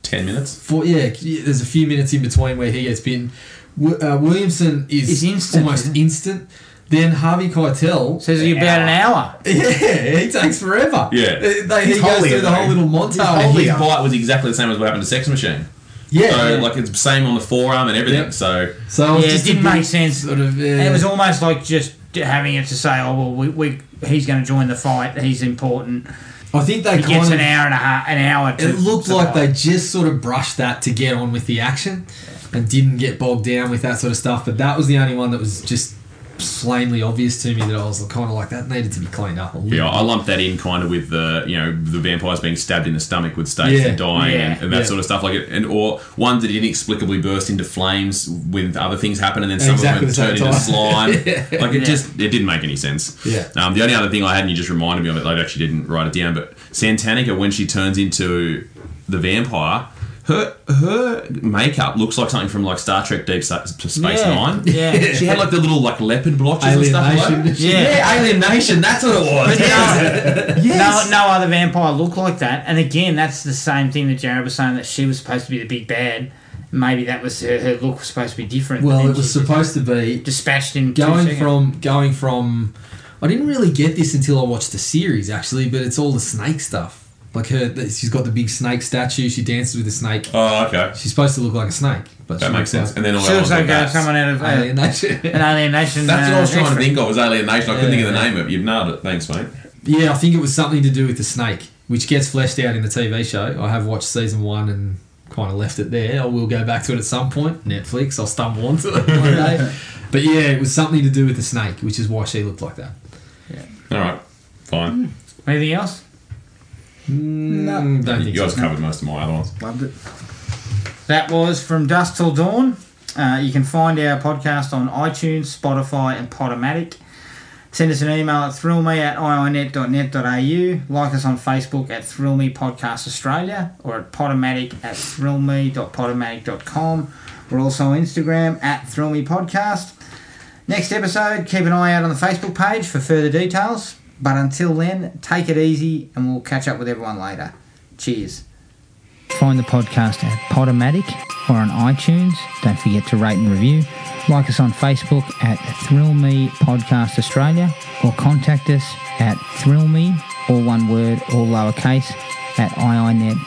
S4: ten minutes.
S3: four? Yeah, yeah, there's a few minutes in between where he gets bitten. Wi- Uh, Williamson is
S2: It's instant,
S3: almost
S2: isn't
S3: instant. Then Harvey Keitel
S2: Says you about an hour.
S3: yeah, he takes forever.
S4: Yeah.
S3: They- they-
S5: He's
S3: he goes
S5: holier,
S3: through the whole
S5: though.
S3: little
S2: Oh,
S3: montage.
S4: And
S5: holier.
S4: his
S5: yeah.
S4: bite was exactly the same as what happened to Sex Machine.
S3: yeah.
S4: So
S3: yeah.
S4: like it's the same on the forearm and everything.
S3: Yeah.
S4: So
S3: so
S2: Yeah,
S3: it's
S2: it
S3: just a
S2: didn't
S3: bit
S2: make sense.
S3: Sort of.
S2: And
S3: Yeah.
S2: it was almost like just having it to say, oh well, we, we he's going to join the fight. He's important.
S3: I think they
S2: He
S3: kind
S2: gets
S3: of.
S2: an hour and a half, an hour. To
S3: it looked
S2: to
S3: like
S2: fight.
S3: they just sort of brushed that to get on with the action, and didn't get bogged down with that sort of stuff. But that was the only one that was just plainly obvious to me that I was kind of like that needed to be cleaned up. A little
S4: yeah, I lumped that in kind of with the you know the vampires being stabbed in the stomach with stakes
S3: Yeah.
S4: and dying
S2: Yeah.
S4: and, and that
S3: Yeah.
S4: sort of stuff. Like it, and or ones that inexplicably burst into flames when other things happen, and then some
S3: Exactly
S4: of
S3: the
S4: them turn
S3: same
S4: into
S3: time.
S4: slime. Like it
S2: Yeah.
S4: just it didn't make any sense.
S3: Yeah.
S4: Um, the only other thing I had, and you just reminded me of it. I actually didn't write it down, but Santanica when she turns into the vampire. Her, her makeup looks like something from like Star Trek Deep Sa- Space
S2: Yeah.
S4: Nine.
S2: Yeah.
S4: she had like the little like leopard blotches and stuff.
S3: Alienation.
S4: Like that.
S2: Yeah.
S4: Alien Nation. That's what it was.
S2: No, no other vampire looked like that. And again, that's the same thing that Jared was saying that she was supposed to be the big bad. Maybe that was her, her look was supposed to be different.
S3: Well,
S2: And
S3: it was
S2: she
S3: supposed to be
S2: dispatched in two
S3: going
S2: seconds.
S3: from going from I didn't really get this until I watched the series actually, but it's all the snake stuff. Like her, that- she's got the big snake statue. She dances with a snake.
S4: Oh, okay.
S3: She's supposed to look like a snake, but
S4: That
S3: she
S4: makes
S3: looks
S4: sense. And then all
S2: She
S4: that
S2: looks like
S4: one's
S2: uh,
S4: bats.
S2: someone out of uh,
S3: like alien nation.
S2: an alien nation.
S4: That's what I was
S2: uh,
S4: trying to
S2: expert.
S4: think of was Alien Nation. I couldn't think of the
S3: Yeah.
S4: name of it. You've nailed it. Thanks, mate.
S3: yeah, I think it was something to do with the snake, which gets fleshed out in the TV show. I have watched season one and kind of left it there. I will go back to it at some point. Netflix, I'll stumble onto it one day. But yeah, it was something to do with the snake, which is why she looked like that.
S4: All right. Fine.
S2: Anything else?
S3: Mm, don't
S4: You
S3: think
S4: guys
S3: so.
S4: covered most of my other ones.
S5: Loved it.
S2: That was From Dusk Till Dawn. Uh, you can find our podcast on iTunes, Spotify, and Podomatic. Send us an email at thrillme at iinet.net.au. Like us on Facebook at Thrill Me Podcast Australia or at Podomatic at thrillme.podomatic.com. We're also on Instagram at Thrill Me Podcast. Next episode, keep an eye out on the Facebook page for further details. But until then, take it easy and we'll catch up with everyone later. Cheers. Find the podcast at Podomatic or on iTunes. Don't forget to rate and review. Like us on Facebook at Thrill Me Podcast Australia or contact us at Thrill Me, all one word, all lowercase, at iinet.net.au.